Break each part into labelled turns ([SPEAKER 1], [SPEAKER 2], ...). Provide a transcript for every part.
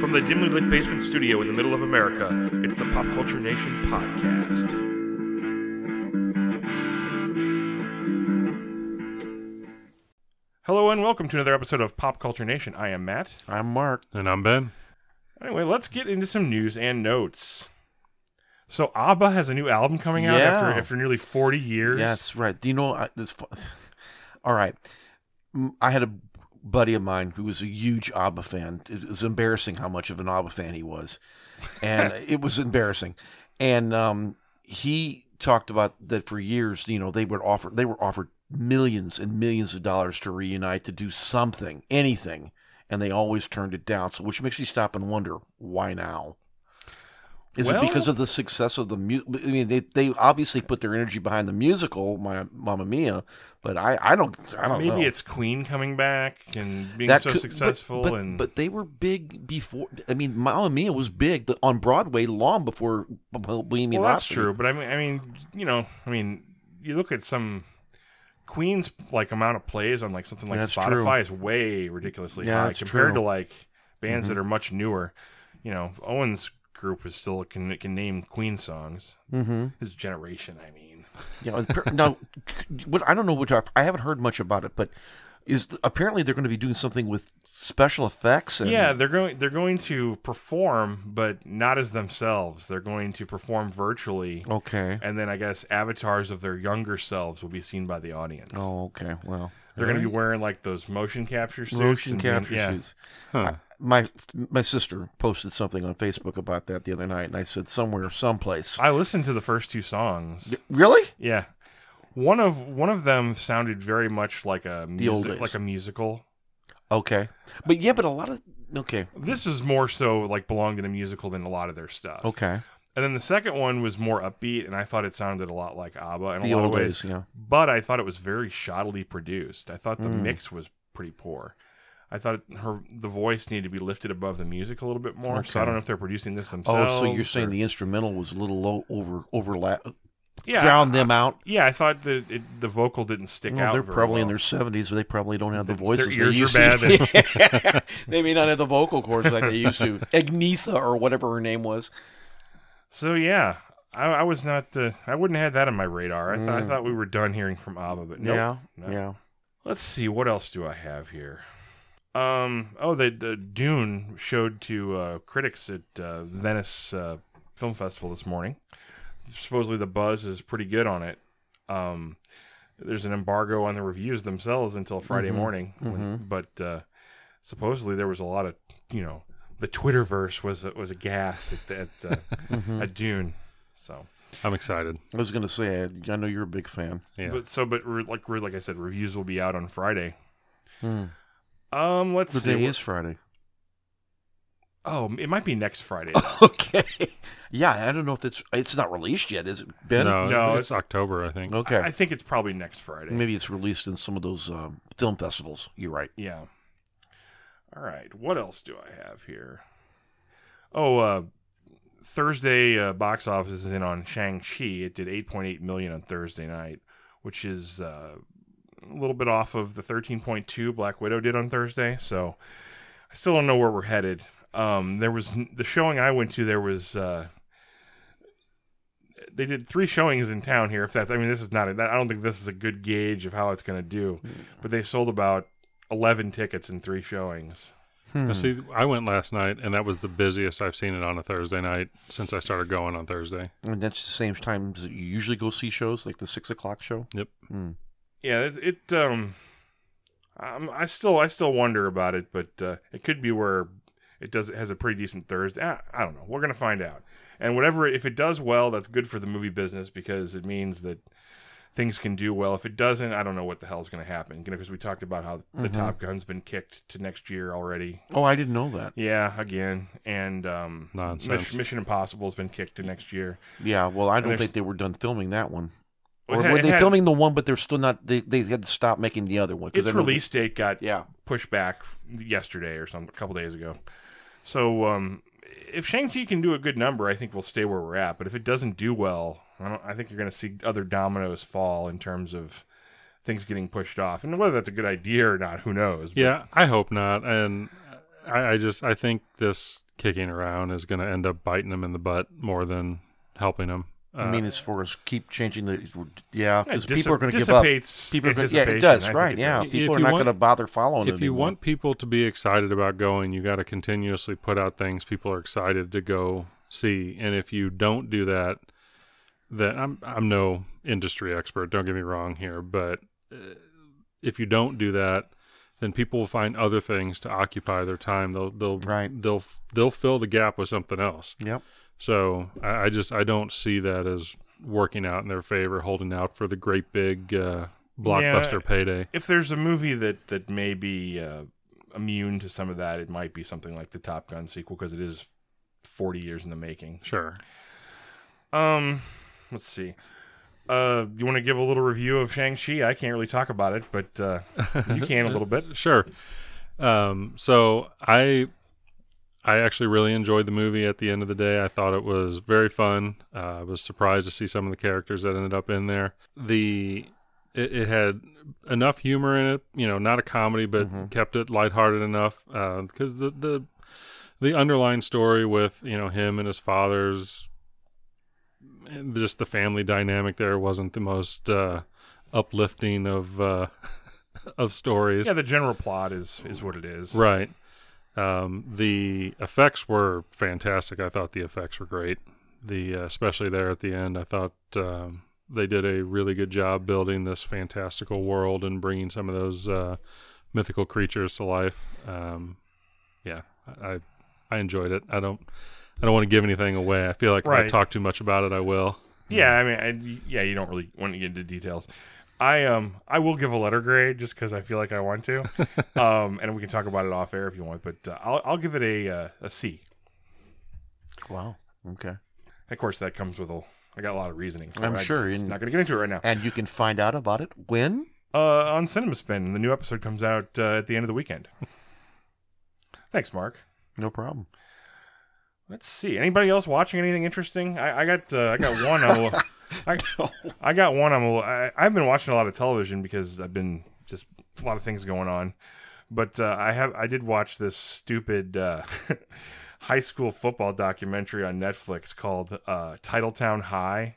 [SPEAKER 1] From the dimly lit basement studio in the middle of America, it's the Pop Culture Nation podcast. Hello and welcome to another episode of Pop Culture Nation. I am Matt.
[SPEAKER 2] I'm Mark.
[SPEAKER 3] And I'm Ben.
[SPEAKER 1] Anyway, let's get into some news and notes. So ABBA has a new album coming out
[SPEAKER 2] Yeah.
[SPEAKER 1] after after nearly 40 years.
[SPEAKER 2] Yeah, that's right. Do you know I, this? fu- All right, M- I had a buddy of mine who was a huge ABBA fan. It was embarrassing how much of an ABBA fan he was, and it was embarrassing. And um, he talked about that for years. You know, they would offer they were offered millions and millions of dollars to reunite to do something, anything, and they always turned it down. So, which makes you stop and wonder why now. Is
[SPEAKER 1] Well-
[SPEAKER 2] it because of the success of the music? I mean, they, they obviously put their energy behind the musical, my Mamma Mia, but I, I don't I don't
[SPEAKER 1] Maybe
[SPEAKER 2] know.
[SPEAKER 1] it's Queen coming back and being so
[SPEAKER 2] could- but-
[SPEAKER 1] successful
[SPEAKER 2] but,
[SPEAKER 1] and
[SPEAKER 2] but they were big before. I mean, Mamma Mia was big th- on Broadway long before B- B- Bohemian
[SPEAKER 1] well, that's
[SPEAKER 2] Rhapsody.
[SPEAKER 1] true. But I mean, I mean, you know, I mean, you look at some Queen's like amount of plays on like something like
[SPEAKER 2] That's true.
[SPEAKER 1] Spotify is way ridiculously
[SPEAKER 2] Yeah,
[SPEAKER 1] high
[SPEAKER 2] that's
[SPEAKER 1] compared to
[SPEAKER 2] true. Mm-hmm.
[SPEAKER 1] like bands that are much newer. You know, Owen's group is still can can name Queen songs.
[SPEAKER 2] Mm-hmm.
[SPEAKER 1] His generation, I mean.
[SPEAKER 2] Yeah. appar- now, c- what I don't know what I I haven't heard much about it, but is th- apparently they're going to be doing something with special effects. And,
[SPEAKER 1] yeah, they're going they're going to perform, but not as themselves. They're going to perform virtually.
[SPEAKER 2] Okay.
[SPEAKER 1] And then I guess avatars of their younger selves will be seen by the audience.
[SPEAKER 2] Oh, okay. Well,
[SPEAKER 1] They're going to be wearing like those motion capture suits.
[SPEAKER 2] motion
[SPEAKER 1] and being-
[SPEAKER 2] capture
[SPEAKER 1] yeah.
[SPEAKER 2] suits.
[SPEAKER 3] Huh.
[SPEAKER 2] my my sister posted something on Facebook about that the other night, and I said somewhere, someplace.
[SPEAKER 1] I listened to the first two songs.
[SPEAKER 2] Really?
[SPEAKER 1] Yeah, one of one of them sounded very much like a
[SPEAKER 2] old
[SPEAKER 1] music,
[SPEAKER 2] days.
[SPEAKER 1] like a musical.
[SPEAKER 2] Okay, but yeah, but a lot of okay,
[SPEAKER 1] This is more so like belonged in a musical than a lot of their stuff.
[SPEAKER 2] okay,
[SPEAKER 1] And then the second one was more upbeat, and I thought it sounded a lot like ABBA in
[SPEAKER 2] the
[SPEAKER 1] a lot
[SPEAKER 2] old
[SPEAKER 1] of ways.
[SPEAKER 2] days, yeah.
[SPEAKER 1] But I thought it was very shoddily produced. I thought the
[SPEAKER 2] Mm.
[SPEAKER 1] mix was pretty poor. I thought her the voice needed to be lifted above the music a little bit more. So I
[SPEAKER 2] Okay.
[SPEAKER 1] don't know if they're producing this
[SPEAKER 2] Oh,
[SPEAKER 1] themselves.
[SPEAKER 2] so you're saying
[SPEAKER 1] or-
[SPEAKER 2] the instrumental was a little low over overlap,
[SPEAKER 1] yeah,
[SPEAKER 2] drowned them out?
[SPEAKER 1] Yeah, I thought that it, the vocal didn't stick
[SPEAKER 2] Well,
[SPEAKER 1] out.
[SPEAKER 2] they're
[SPEAKER 1] very
[SPEAKER 2] probably in
[SPEAKER 1] well.
[SPEAKER 2] their 70s. They probably don't have the
[SPEAKER 1] Th- their
[SPEAKER 2] voices.
[SPEAKER 1] ears
[SPEAKER 2] they
[SPEAKER 1] are
[SPEAKER 2] used To. they may not have the vocal cords like they used to. Agnetha or whatever her name was.
[SPEAKER 1] So yeah, I, I was not. Uh, I wouldn't have had that on my radar. I, thought I
[SPEAKER 2] Mm.
[SPEAKER 1] thought we were done hearing from ABBA, but no.
[SPEAKER 2] yeah,
[SPEAKER 1] no.
[SPEAKER 2] yeah.
[SPEAKER 1] Let's see what else do I have here. Um. Oh, the the Dune showed to uh, critics at uh, Venice uh, Film Festival this morning. Supposedly the buzz is pretty good on it. Um, there's an embargo on the reviews themselves until Friday
[SPEAKER 2] Mhm.
[SPEAKER 1] morning, when- but uh, supposedly there was a lot of you know the Twitterverse was was a gas at at, uh,
[SPEAKER 2] Mhm.
[SPEAKER 1] at Dune. So,
[SPEAKER 3] I'm excited.
[SPEAKER 2] I was going to say, I, I know you're a big fan.
[SPEAKER 3] Yeah.
[SPEAKER 1] but so but re- like re- like I said, reviews will be out on Friday.
[SPEAKER 2] Hmm.
[SPEAKER 1] Um, let's
[SPEAKER 2] The
[SPEAKER 1] see.
[SPEAKER 2] day is Friday.
[SPEAKER 1] Oh, it might be next Friday.
[SPEAKER 2] Okay. Yeah, I don't know if it's it's not released yet, is it, Ben? Mm.
[SPEAKER 3] no,
[SPEAKER 1] No,
[SPEAKER 3] it's,
[SPEAKER 1] it's-
[SPEAKER 3] October, I think.
[SPEAKER 2] Okay.
[SPEAKER 1] I think it's probably next Friday.
[SPEAKER 2] Maybe it's released in some of those um, film festivals. You're right.
[SPEAKER 1] Yeah. All right. What else do I have here? Oh, uh, Thursday uh, box office is in on Shang Chi. It did 8.8 million on Thursday night, which is uh, a little bit off of the 13.2 Black Widow did on Thursday. So I still don't know where we're headed. Um, there was the showing I went to. There was. Uh, they did three showings in town here. If that's, I mean, this is not. A, I don't think this is a good gauge of how it's going to do. But they sold about 11 tickets in three showings.
[SPEAKER 2] Hmm.
[SPEAKER 3] Now, see, I went last night, and that was the busiest I've seen it on a Thursday night since I started going on Thursday.
[SPEAKER 2] And that's the same time that you usually go see shows, like the six o'clock show.
[SPEAKER 3] Yep.
[SPEAKER 2] Mm.
[SPEAKER 1] Yeah, it, it um I'm, I still I still wonder about it, but uh, it could be where it does it has a pretty decent Thursday. I, I don't know. We're going to find out. And whatever if it does well, that's good for the movie business because it means that things can do well. If it doesn't, I don't know what the hell's going to happen. You know, because we talked about how the
[SPEAKER 2] Mhm.
[SPEAKER 1] Top Gun's been kicked to next year already.
[SPEAKER 2] Oh, I didn't know that.
[SPEAKER 1] Yeah, again, and um,
[SPEAKER 3] Nonsense.
[SPEAKER 1] Mission, Mission Impossible's been kicked to next year.
[SPEAKER 2] Yeah. Well, I don't
[SPEAKER 1] there's-
[SPEAKER 2] think they were done filming that one.
[SPEAKER 1] Well,
[SPEAKER 2] or
[SPEAKER 1] it had-
[SPEAKER 2] were
[SPEAKER 1] it
[SPEAKER 2] they
[SPEAKER 1] had-
[SPEAKER 2] filming the one, but they're still not? They, they had to stop making the other one. 'cause
[SPEAKER 1] Its
[SPEAKER 2] I know they-
[SPEAKER 1] release date got
[SPEAKER 2] Yeah.
[SPEAKER 1] pushed back f- yesterday or some a couple days ago. So um, if Shang Chi can do a good number, I think we'll stay where we're at. But if it doesn't do well, I don't. I think you're going to see other dominoes fall in terms of things getting pushed off, and whether that's a good idea or not, who knows? But
[SPEAKER 3] Yeah, I hope not. And I, I just, I think this kicking around is going to end up biting him in the butt more than helping Uh, him.
[SPEAKER 2] I mean,
[SPEAKER 1] Uh,
[SPEAKER 2] as far as keep changing the, yeah, because people
[SPEAKER 1] dissip-
[SPEAKER 2] are going to give up.
[SPEAKER 1] dissipates
[SPEAKER 2] People are gonna, yeah,
[SPEAKER 1] anticipation.
[SPEAKER 2] it
[SPEAKER 1] I
[SPEAKER 2] does,
[SPEAKER 1] think it
[SPEAKER 2] right? Yeah,
[SPEAKER 1] does.
[SPEAKER 3] If
[SPEAKER 2] people are
[SPEAKER 3] you
[SPEAKER 2] not
[SPEAKER 3] want-
[SPEAKER 2] going to bother following.
[SPEAKER 3] if you
[SPEAKER 2] anymore.
[SPEAKER 3] want people to be excited about going, you got to continuously put out things people are excited to go see. And if you don't do that, then I'm I'm no industry expert. Don't get me wrong here, but uh, if you don't do that, then people will find other things to occupy their time. They'll they'll
[SPEAKER 2] Right.
[SPEAKER 3] they'll they'll fill the gap with something else.
[SPEAKER 2] Yep.
[SPEAKER 3] So I, I just I don't see that as working out in their favor, holding out for the great big uh, blockbuster payday.
[SPEAKER 1] If there's a movie that that may be uh, immune to some of that, it might be something like the Top Gun sequel because it is 40 years in the making.
[SPEAKER 3] Sure.
[SPEAKER 1] Um, let's see. Uh, you want to give a little review of Shang Chi? I can't really talk about it, but uh, you can a little bit.
[SPEAKER 3] Sure. Um, so I I actually really enjoyed the movie at the end of the day. I thought it was very fun. Uh, I was surprised to see some of the characters that ended up in there. The it, it had enough humor in it, you know, not a comedy, but
[SPEAKER 2] Mhm.
[SPEAKER 3] kept it lighthearted enough because the the the underlying story with you know him and his father's and just the family dynamic there wasn't the most uh, uplifting of uh, of stories.
[SPEAKER 1] Yeah, the general plot is is what it is.
[SPEAKER 3] Right. Um, the effects were fantastic. I thought the effects were great. The uh, especially there at the end, I thought um, they did a really good job building this fantastical world and bringing some of those uh, mythical creatures to life. Um, yeah, I I enjoyed it. I don't I don't want to give anything away. I feel like if I
[SPEAKER 1] Right.
[SPEAKER 3] talk too much about it, I will.
[SPEAKER 1] Yeah, I mean, I, yeah, you don't really want to get into details. I um I will give a letter grade just because I feel like I want to, um, and we can talk about it off air if you want. But uh, I'll I'll give it a uh, a C.
[SPEAKER 2] Wow. Okay.
[SPEAKER 1] Of course, that comes with a I got a lot of reasoning. for
[SPEAKER 2] I'm
[SPEAKER 1] it. I
[SPEAKER 2] sure,
[SPEAKER 1] Just
[SPEAKER 2] and-
[SPEAKER 1] not going to get into it right now.
[SPEAKER 2] And you can find out about it when.
[SPEAKER 1] Uh, on CinemaSpin, the new episode comes out uh, at the end of the weekend. Thanks, Mark.
[SPEAKER 2] No problem.
[SPEAKER 1] Let's see. Anybody else watching anything interesting? I, I got uh, I got one. I'm a li- I, I got one. I'm a, li- I, am i have been watching a lot of television because I've been just a lot of things going on. But uh, I have I did watch this stupid uh, high school football documentary on Netflix called uh, Titletown High.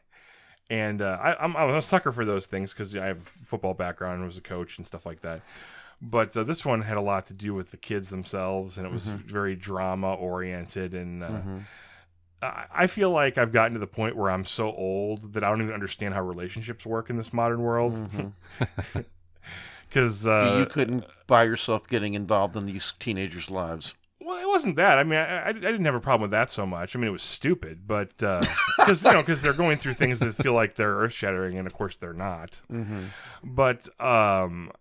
[SPEAKER 1] And uh, I, I'm, I'm a sucker for those things because I have football background, was a coach and stuff like that. But uh, this one had a lot to do with the kids themselves, and it was
[SPEAKER 2] Mhm.
[SPEAKER 1] very drama oriented and uh,
[SPEAKER 2] Mhm.
[SPEAKER 1] I I feel like I've gotten to the point where I'm so old that I don't even understand how relationships work in this modern world.
[SPEAKER 2] Mhm.
[SPEAKER 1] Because
[SPEAKER 2] you
[SPEAKER 1] uh,
[SPEAKER 2] couldn't buy yourself getting involved in these teenagers' lives.
[SPEAKER 1] well, it wasn't that. I mean, I, I I didn't have a problem with that so much. I mean, it was stupid, but because you know, because they're going through things that feel like they're earth shattering, and of course they're not.
[SPEAKER 2] Mm-hmm.
[SPEAKER 1] But um,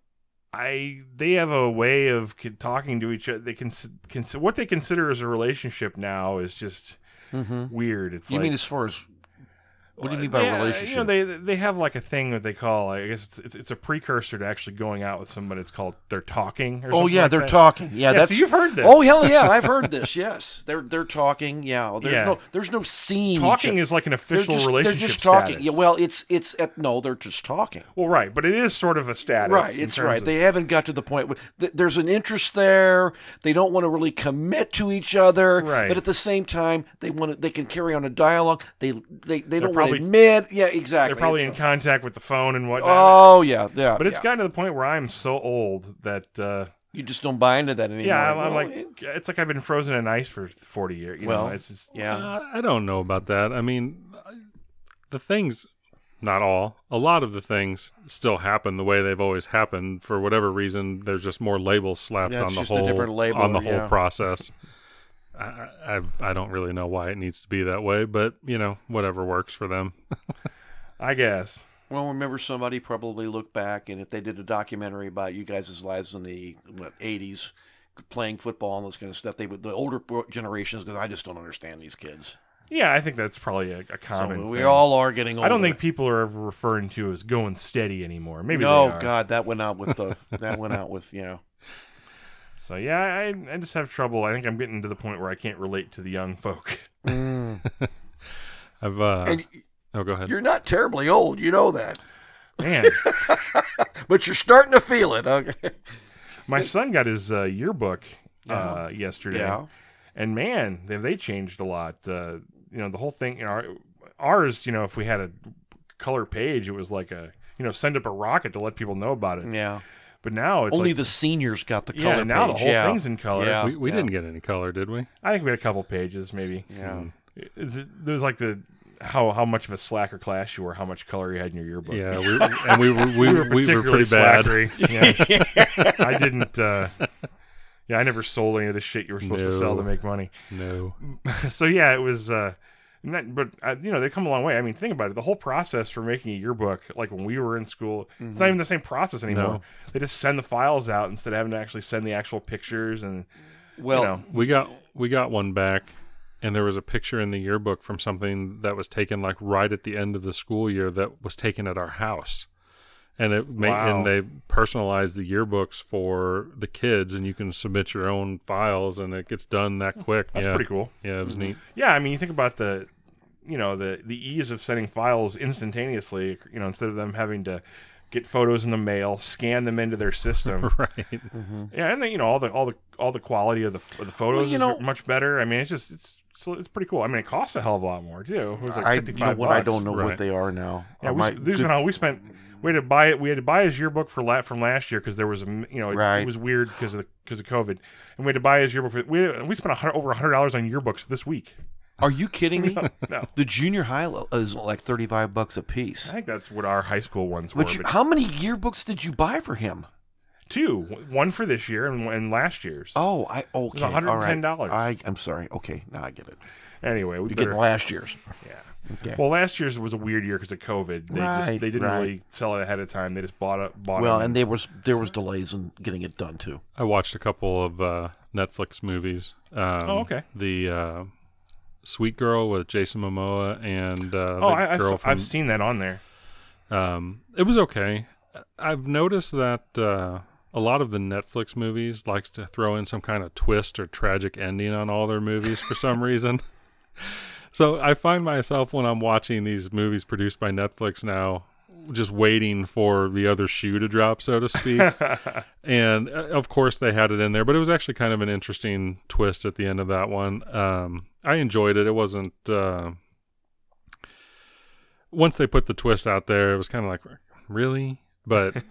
[SPEAKER 1] I they have a way of con- talking to each other. They can cons- what they consider as a relationship now is just
[SPEAKER 2] Mm-hmm.
[SPEAKER 1] weird. It's
[SPEAKER 2] You
[SPEAKER 1] like,
[SPEAKER 2] mean as far as what do you mean by
[SPEAKER 1] Well, Uh, yeah,
[SPEAKER 2] relationship?
[SPEAKER 1] You know, they they have like a thing that they call. I guess it's, it's, it's a precursor to actually going out with somebody. It's called they're talking. Or
[SPEAKER 2] oh
[SPEAKER 1] something
[SPEAKER 2] yeah,
[SPEAKER 1] like
[SPEAKER 2] they're
[SPEAKER 1] that.
[SPEAKER 2] talking. Yeah,
[SPEAKER 1] Yeah,
[SPEAKER 2] that's
[SPEAKER 1] so you've heard this.
[SPEAKER 2] Oh hell yeah, I've heard this. Yes, they're they're talking. Yeah, there's
[SPEAKER 1] Yeah.
[SPEAKER 2] no there's no scene.
[SPEAKER 1] talking is like an
[SPEAKER 2] they're
[SPEAKER 1] official
[SPEAKER 2] just,
[SPEAKER 1] relationship
[SPEAKER 2] They're just talking.
[SPEAKER 1] status.
[SPEAKER 2] Yeah, well, it's it's at, no, they're just talking.
[SPEAKER 1] Well, right, but it is sort of a status.
[SPEAKER 2] Right,
[SPEAKER 1] in
[SPEAKER 2] it's
[SPEAKER 1] terms
[SPEAKER 2] right.
[SPEAKER 1] of-
[SPEAKER 2] they haven't got to the point where th- there's an interest there. They don't want to really commit to each other,
[SPEAKER 1] Right.
[SPEAKER 2] but at the same time, they want to, they can carry on a dialogue. They they, they don't
[SPEAKER 1] probably-
[SPEAKER 2] want to admit. Yeah, exactly.
[SPEAKER 1] they're probably in
[SPEAKER 2] It's-
[SPEAKER 1] contact with the phone and whatnot.
[SPEAKER 2] Oh yeah, yeah.
[SPEAKER 1] but it's
[SPEAKER 2] yeah.
[SPEAKER 1] gotten to the point where I'm so old that uh,
[SPEAKER 2] you just don't buy into that anymore.
[SPEAKER 1] yeah, I'm, I'm
[SPEAKER 2] No,
[SPEAKER 1] like
[SPEAKER 2] it-
[SPEAKER 1] it's like I've been frozen in ice for 40 years. You
[SPEAKER 2] Well,
[SPEAKER 1] know, it's just
[SPEAKER 2] yeah.
[SPEAKER 3] Uh, I don't know about that. I mean, I- the things, not all, a lot of the things still happen the way they've always happened. For whatever reason, there's just more labels slapped
[SPEAKER 2] Yeah, it's
[SPEAKER 3] on the
[SPEAKER 2] just a
[SPEAKER 3] whole
[SPEAKER 2] different label,
[SPEAKER 3] on the
[SPEAKER 2] yeah.
[SPEAKER 3] whole process. I, I I don't really know why it needs to be that way, but you know, whatever works for them.
[SPEAKER 1] I guess.
[SPEAKER 2] Well, remember somebody probably looked back, and if they did a documentary about you guys' lives in the what eighties, playing football and this kind of stuff, they would the older bro- generations because I just don't understand these kids.
[SPEAKER 1] Yeah, I think that's probably a, a
[SPEAKER 2] So
[SPEAKER 1] common.
[SPEAKER 2] we
[SPEAKER 1] thing.
[SPEAKER 2] all are getting older.
[SPEAKER 1] I don't think people are ever referring to as going steady anymore. Maybe
[SPEAKER 2] no,
[SPEAKER 1] they are.
[SPEAKER 2] God, that went out with the that went out with you know.
[SPEAKER 1] So yeah, I, I just have trouble. I think I'm getting to the point where I can't relate to the young folk. Uh,
[SPEAKER 3] I've uh,
[SPEAKER 2] Mm. And y-
[SPEAKER 3] oh, go ahead.
[SPEAKER 2] you're not terribly old, you know that,
[SPEAKER 1] Man,
[SPEAKER 2] but you're starting to feel it. Okay.
[SPEAKER 1] my son got his uh, yearbook uh, yesterday,
[SPEAKER 2] Uh-huh. Yeah.
[SPEAKER 1] And man, have they changed a lot. Uh, you know, the whole thing. You know, our- ours, you know, if we had a color page, it was like a you know send up a rocket to let people know about it.
[SPEAKER 2] Yeah.
[SPEAKER 1] But now it's
[SPEAKER 2] Mm. Only
[SPEAKER 1] like,
[SPEAKER 2] the seniors got the
[SPEAKER 1] yeah,
[SPEAKER 2] color
[SPEAKER 1] now
[SPEAKER 2] page,
[SPEAKER 1] the whole
[SPEAKER 2] yeah.
[SPEAKER 1] thing's in color.
[SPEAKER 2] Yeah.
[SPEAKER 3] we we didn't get any color, did we?
[SPEAKER 1] I think we had a couple pages maybe.
[SPEAKER 2] yeah.
[SPEAKER 1] Is it, there's like the how how much of a slacker class you were, how much color you had in your yearbook.
[SPEAKER 3] Yeah, we, and we were we, were, we
[SPEAKER 1] particularly
[SPEAKER 3] were pretty bad.
[SPEAKER 1] slackery. Yeah. I didn't. Uh, yeah, I never sold any of the shit you were supposed to sell to
[SPEAKER 3] No.
[SPEAKER 1] make money.
[SPEAKER 3] No,
[SPEAKER 1] So yeah, it was. Uh, not, but uh, you know they come a long way. I mean, think about it. The whole process for making a yearbook, like when we were in school, it's not even the same process anymore.
[SPEAKER 3] Mm-hmm. No.
[SPEAKER 1] They just send the files out instead of having to actually send the actual pictures. And
[SPEAKER 2] Well,
[SPEAKER 1] know.
[SPEAKER 3] we got we got one back, and there was a picture in the yearbook from something that was taken like right at the end of the school year that was taken at our house, and it made
[SPEAKER 1] Wow.
[SPEAKER 3] and they personalized the yearbooks for the kids, and you can submit your own files, and it gets done that quick.
[SPEAKER 1] Hmm. that's
[SPEAKER 3] yeah,
[SPEAKER 1] pretty cool. Mm-hmm.
[SPEAKER 3] yeah, it was neat.
[SPEAKER 1] Yeah, I mean, you think about the, you know, the the ease of sending files instantaneously. You know, instead of them having to get photos in the mail, scan them into their system.
[SPEAKER 3] right.
[SPEAKER 1] yeah, and then you know all the all the all the quality of the of the photos
[SPEAKER 2] you
[SPEAKER 1] is
[SPEAKER 2] know-
[SPEAKER 1] much better. I mean, it's just it's so it's pretty cool. I mean, it costs a hell of a lot more too. It was like
[SPEAKER 2] I, you
[SPEAKER 1] 55
[SPEAKER 2] know what? I
[SPEAKER 1] bucks.
[SPEAKER 2] don't know what
[SPEAKER 3] right.
[SPEAKER 2] they are now.
[SPEAKER 1] Yeah,
[SPEAKER 2] I
[SPEAKER 1] we,
[SPEAKER 2] might-
[SPEAKER 1] there's
[SPEAKER 2] good-
[SPEAKER 1] no, we spent. We had to buy it. We had to buy his yearbook for la- from last year because there was a m- you know it,
[SPEAKER 2] Right.
[SPEAKER 1] it was weird because of because of COVID, and we had to buy his yearbook. For, we we spent a hundred, over hundred dollars on yearbooks this week.
[SPEAKER 2] Are you kidding me?
[SPEAKER 1] No,
[SPEAKER 2] The junior high lo- is like thirty-five bucks a piece.
[SPEAKER 1] I think that's what our high school ones were.
[SPEAKER 2] But you,
[SPEAKER 1] but
[SPEAKER 2] how many yearbooks did you buy for him?
[SPEAKER 1] two, one for this year and, one- and last year's.
[SPEAKER 2] Oh, I okay. all right.
[SPEAKER 1] $110.
[SPEAKER 2] I I'm sorry. Okay, now I get it.
[SPEAKER 1] Anyway, we
[SPEAKER 2] You're getting
[SPEAKER 1] better,
[SPEAKER 2] last year's.
[SPEAKER 1] yeah.
[SPEAKER 2] Okay.
[SPEAKER 1] Well, last year's was a weird year because of COVID. They just
[SPEAKER 2] Right,
[SPEAKER 1] they didn't
[SPEAKER 2] right.
[SPEAKER 1] really sell it ahead of time. They just bought it. Bought
[SPEAKER 2] Well,
[SPEAKER 1] them.
[SPEAKER 2] and there was there was delays in getting it done too.
[SPEAKER 3] I watched a couple of uh, Netflix movies. Um,
[SPEAKER 1] Oh, okay.
[SPEAKER 3] The uh, Sweet Girl with Jason Momoa and uh,
[SPEAKER 1] oh,
[SPEAKER 3] the
[SPEAKER 1] I,
[SPEAKER 3] girl
[SPEAKER 1] have
[SPEAKER 3] from.
[SPEAKER 1] seen that on there.
[SPEAKER 3] um, it was okay. I've noticed that uh, a lot of the Netflix movies likes to throw in some kind of twist or tragic ending on all their movies for some reason. So I find myself when I'm watching these movies produced by Netflix now, just waiting for the other shoe to drop, so to speak. and uh, of course, they had it in there, but it was actually kind of an interesting twist at the end of that one. Um, I enjoyed it. It wasn't. Uh, once they put the twist out there, it was kind of like, really? But uh,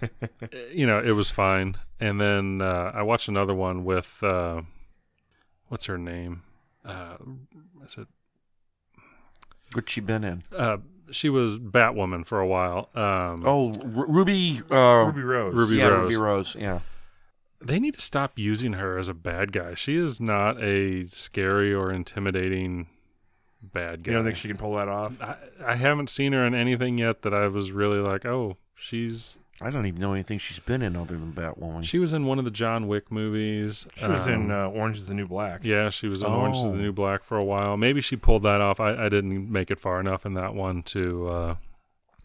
[SPEAKER 3] you know, it was fine. And then uh, I watched another one with uh, what's her name? Uh, is it
[SPEAKER 2] What she been in?
[SPEAKER 3] uh, she was Batwoman for a while. Um,
[SPEAKER 2] Oh, Ru- Ruby. Uh,
[SPEAKER 1] Ruby Rose.
[SPEAKER 3] Ruby
[SPEAKER 2] yeah,
[SPEAKER 3] Rose.
[SPEAKER 2] Ruby Rose. Yeah.
[SPEAKER 3] They need to stop using her as a bad guy. She is not a scary or intimidating bad guy.
[SPEAKER 1] You don't think she can pull that off?
[SPEAKER 3] I, I haven't seen her in anything yet that I was really like, oh, she's.
[SPEAKER 2] I don't even know anything she's been in other than Batwoman.
[SPEAKER 3] She was in one of the John Wick movies.
[SPEAKER 1] She was
[SPEAKER 3] Um,
[SPEAKER 1] in uh, Orange Is the New Black.
[SPEAKER 3] Yeah, she was on Orange is
[SPEAKER 2] Oh.
[SPEAKER 3] the New Black for a while. Maybe she pulled that off. I, I didn't make it far enough in that one to uh,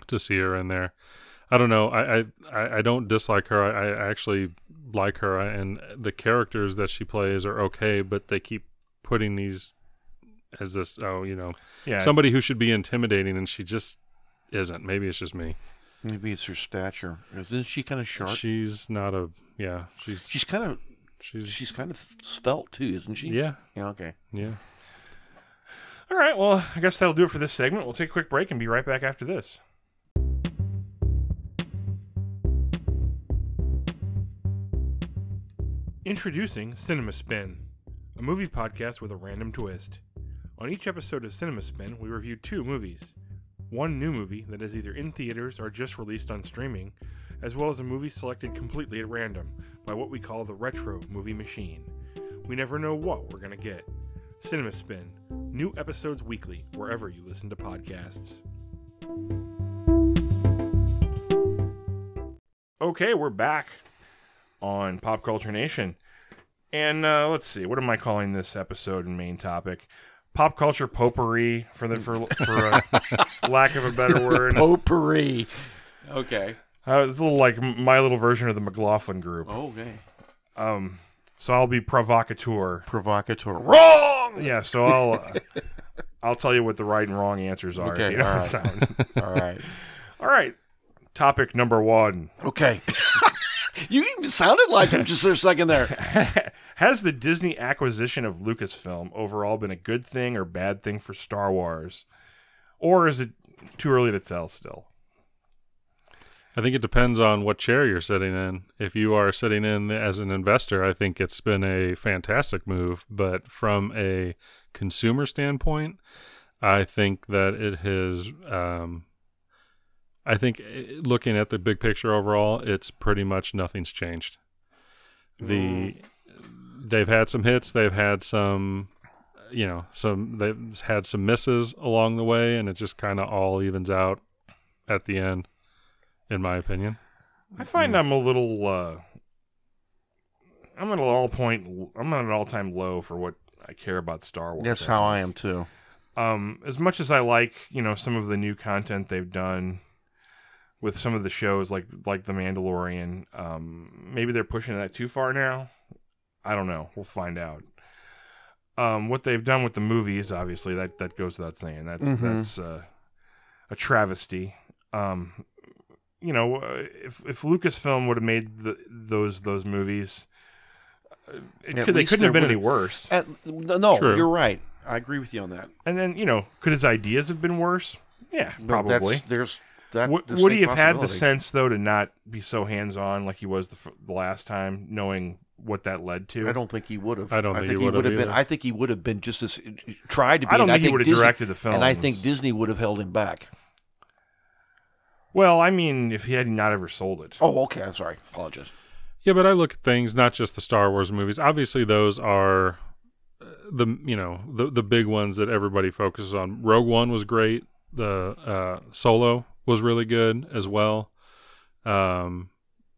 [SPEAKER 3] to see her in there. I don't know. I I- I, I don't dislike her. I, I actually like her, uh, and the characters that she plays are okay. But they keep putting these as this oh you know
[SPEAKER 1] yeah.
[SPEAKER 3] somebody who should be intimidating, and she just isn't. Maybe it's just me.
[SPEAKER 2] Maybe it's her stature. Isn't she kind of sharp?
[SPEAKER 3] She's not a yeah. She's
[SPEAKER 2] she's kind of
[SPEAKER 3] she's,
[SPEAKER 2] she's kind of svelte too, isn't she?
[SPEAKER 3] yeah
[SPEAKER 2] Yeah. Okay.
[SPEAKER 3] yeah.
[SPEAKER 1] All right, well, I guess that'll do it for this segment. We'll take a quick break and be right back after this. Introducing Cinema Spin, a movie podcast with a random twist. On each episode of Cinema Spin, we review two movies one new movie that is either in theaters or just released on streaming, as well as a movie selected completely at random by what we call the retro movie machine. We never know what we're going to get. Cinema Spin, new episodes weekly, wherever you listen to podcasts. Okay, we're back on Pop Culture Nation. And uh, let's see, what am I calling this episode and main topic? Pop culture potpourri, for the for, for uh, lack of a better word.
[SPEAKER 2] Potpourri. Okay.
[SPEAKER 1] Uh, it's a little like my little version of the McLaughlin group.
[SPEAKER 2] Okay.
[SPEAKER 1] Um, so I'll be provocateur.
[SPEAKER 2] Provocateur. Wrong.
[SPEAKER 1] Yeah, so I'll uh, I'll tell you what the right and wrong answers are.
[SPEAKER 2] Okay,
[SPEAKER 1] you know
[SPEAKER 2] all
[SPEAKER 1] what I'm saying?
[SPEAKER 2] All right.
[SPEAKER 1] all right. Topic number one:
[SPEAKER 2] Okay. you even sounded like him just for a second there.
[SPEAKER 1] Has the Disney acquisition of Lucasfilm overall been a good thing or bad thing for Star Wars? Or is it too early to tell still?
[SPEAKER 3] I think it depends on what chair you're sitting in. If you are sitting in as an investor, I think it's been a fantastic move. But from a consumer standpoint, I think that it has. Um, I think eh, looking at the big picture overall, it's pretty much nothing's changed. The they've had some hits, they've had some, you know, some they've had some misses along the way, and it just kind of all evens out at the end, in my opinion.
[SPEAKER 1] I
[SPEAKER 2] Hmm.
[SPEAKER 1] find I'm a little. Uh, I'm at an all point. I'm at an all time low for what I care about Star Wars.
[SPEAKER 2] That's how I am too.
[SPEAKER 1] um, as much as I like, you know, some of the new content they've done with some of the shows like like The Mandalorian, um, maybe they're pushing that too far now. I don't know. We'll find out. Um, what they've done with the movies, obviously, that that goes without saying. That's
[SPEAKER 2] Mhm.
[SPEAKER 1] that's uh, a travesty. Um, you know, uh, if if Lucasfilm would have made the, those those movies, uh, it
[SPEAKER 2] At
[SPEAKER 1] could, they
[SPEAKER 2] least
[SPEAKER 1] couldn't have
[SPEAKER 2] there
[SPEAKER 1] been any
[SPEAKER 2] would've-
[SPEAKER 1] worse.
[SPEAKER 2] At, no, no,
[SPEAKER 3] True.
[SPEAKER 2] you're right. I agree with you on that.
[SPEAKER 1] And then you know, could his ideas have been worse? Yeah,
[SPEAKER 2] But that's-
[SPEAKER 1] probably.
[SPEAKER 2] there's that.
[SPEAKER 1] Would-
[SPEAKER 2] distinct
[SPEAKER 1] would he have had the
[SPEAKER 2] possibility.
[SPEAKER 1] sense though to not be so hands on like he was the, f- the last time, knowing what that led to?
[SPEAKER 2] I don't think he would have.
[SPEAKER 3] I don't think he
[SPEAKER 2] he
[SPEAKER 3] would
[SPEAKER 2] would
[SPEAKER 3] have
[SPEAKER 2] have been.
[SPEAKER 3] either.
[SPEAKER 2] I think he would have been just as tried to be.
[SPEAKER 1] I don't
[SPEAKER 2] and
[SPEAKER 1] think he would have
[SPEAKER 2] Disney-
[SPEAKER 1] directed the film.
[SPEAKER 2] And I think Disney would have held him back.
[SPEAKER 1] Well, I mean, if he had not ever sold it,
[SPEAKER 2] Oh, okay. I'm sorry. Apologize.
[SPEAKER 3] Yeah, but I look at things not just the Star Wars movies. Obviously, those are uh, the you know the the big ones that everybody focuses on. Rogue One was great. The uh, Solo was really good as well. Um,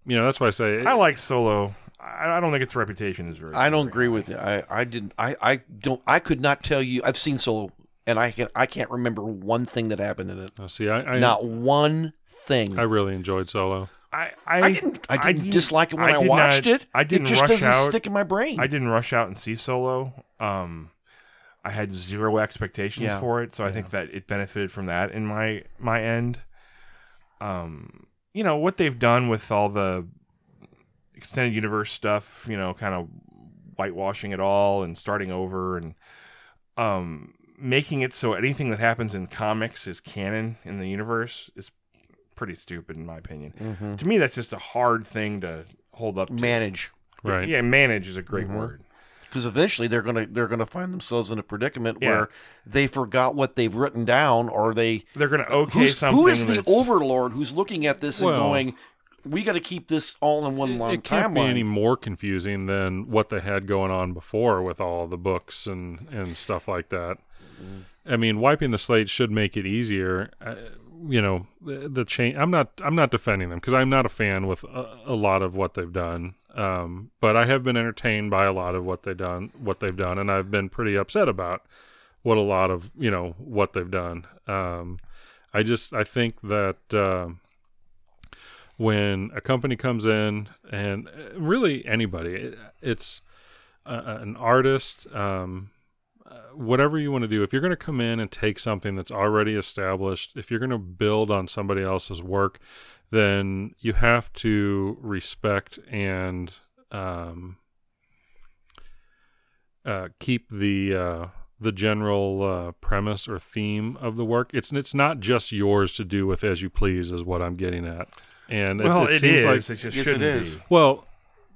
[SPEAKER 3] you know that's why I say
[SPEAKER 1] I like Solo. I, I don't think its reputation is very.
[SPEAKER 2] I don't
[SPEAKER 1] great.
[SPEAKER 2] agree with you. I, I didn't. I, I don't. I could not tell you. I've seen Solo, and I can. I can't remember one thing that happened in it.
[SPEAKER 3] Oh, see, I I,
[SPEAKER 2] not one thing.
[SPEAKER 3] I really enjoyed Solo.
[SPEAKER 1] I I,
[SPEAKER 2] I didn't. I didn't, dislike it when I,
[SPEAKER 1] did
[SPEAKER 2] watched
[SPEAKER 1] not-
[SPEAKER 2] it.
[SPEAKER 1] I didn't
[SPEAKER 2] It just
[SPEAKER 1] rush
[SPEAKER 2] doesn't
[SPEAKER 1] out.
[SPEAKER 2] stick in my brain.
[SPEAKER 1] I didn't rush out and see Solo. Um, I had zero expectations
[SPEAKER 2] Yeah.
[SPEAKER 1] for it, so I think that it benefited from that in my my end. Um, you know what they've done with all the extended universe stuff, you know, kind of whitewashing it all and starting over and um making it so anything that happens in comics is canon in the universe is pretty stupid in my opinion.
[SPEAKER 2] Mhm.
[SPEAKER 1] To me that's just a hard thing to hold up to.
[SPEAKER 2] Manage
[SPEAKER 3] Right.
[SPEAKER 1] Yeah, manage is a great
[SPEAKER 2] Mhm.
[SPEAKER 1] word.
[SPEAKER 2] because eventually they're gonna they're gonna find themselves in a predicament
[SPEAKER 1] Yeah.
[SPEAKER 2] where they forgot what they've written down, or they
[SPEAKER 1] they're gonna okay
[SPEAKER 2] who's,
[SPEAKER 1] something.
[SPEAKER 2] who is the
[SPEAKER 1] that's-
[SPEAKER 2] overlord who's looking at this and
[SPEAKER 3] Well-
[SPEAKER 2] going, "We got to keep this all in one long
[SPEAKER 3] it can't be
[SPEAKER 2] timeline."
[SPEAKER 3] any more confusing than what they had going on before with all the books and and stuff like that. I mean, wiping the slate should make it easier. Uh, you know, the, the change. I'm not. I'm not defending them because I'm not a fan with a, a lot of what they've done. Um, but I have been entertained by a lot of what they done. What they've done, and I've been pretty upset about what a lot of you know what they've done. Um, I just I think that. um when a company comes in and uh, really anybody it, it's uh, an artist um, uh, whatever you want to do if you're going to come in and take something that's already established if you're going to build on somebody else's work then you have to respect and um, uh, keep the uh, the general uh, premise or theme of the work. It's it's not just yours to do with as you please, is what I'm getting at. And it-
[SPEAKER 1] Well,
[SPEAKER 3] it,
[SPEAKER 1] it
[SPEAKER 3] seems
[SPEAKER 1] is.
[SPEAKER 3] like
[SPEAKER 1] it just
[SPEAKER 2] Yes, it
[SPEAKER 1] shouldn't
[SPEAKER 2] is.
[SPEAKER 1] be.
[SPEAKER 3] well,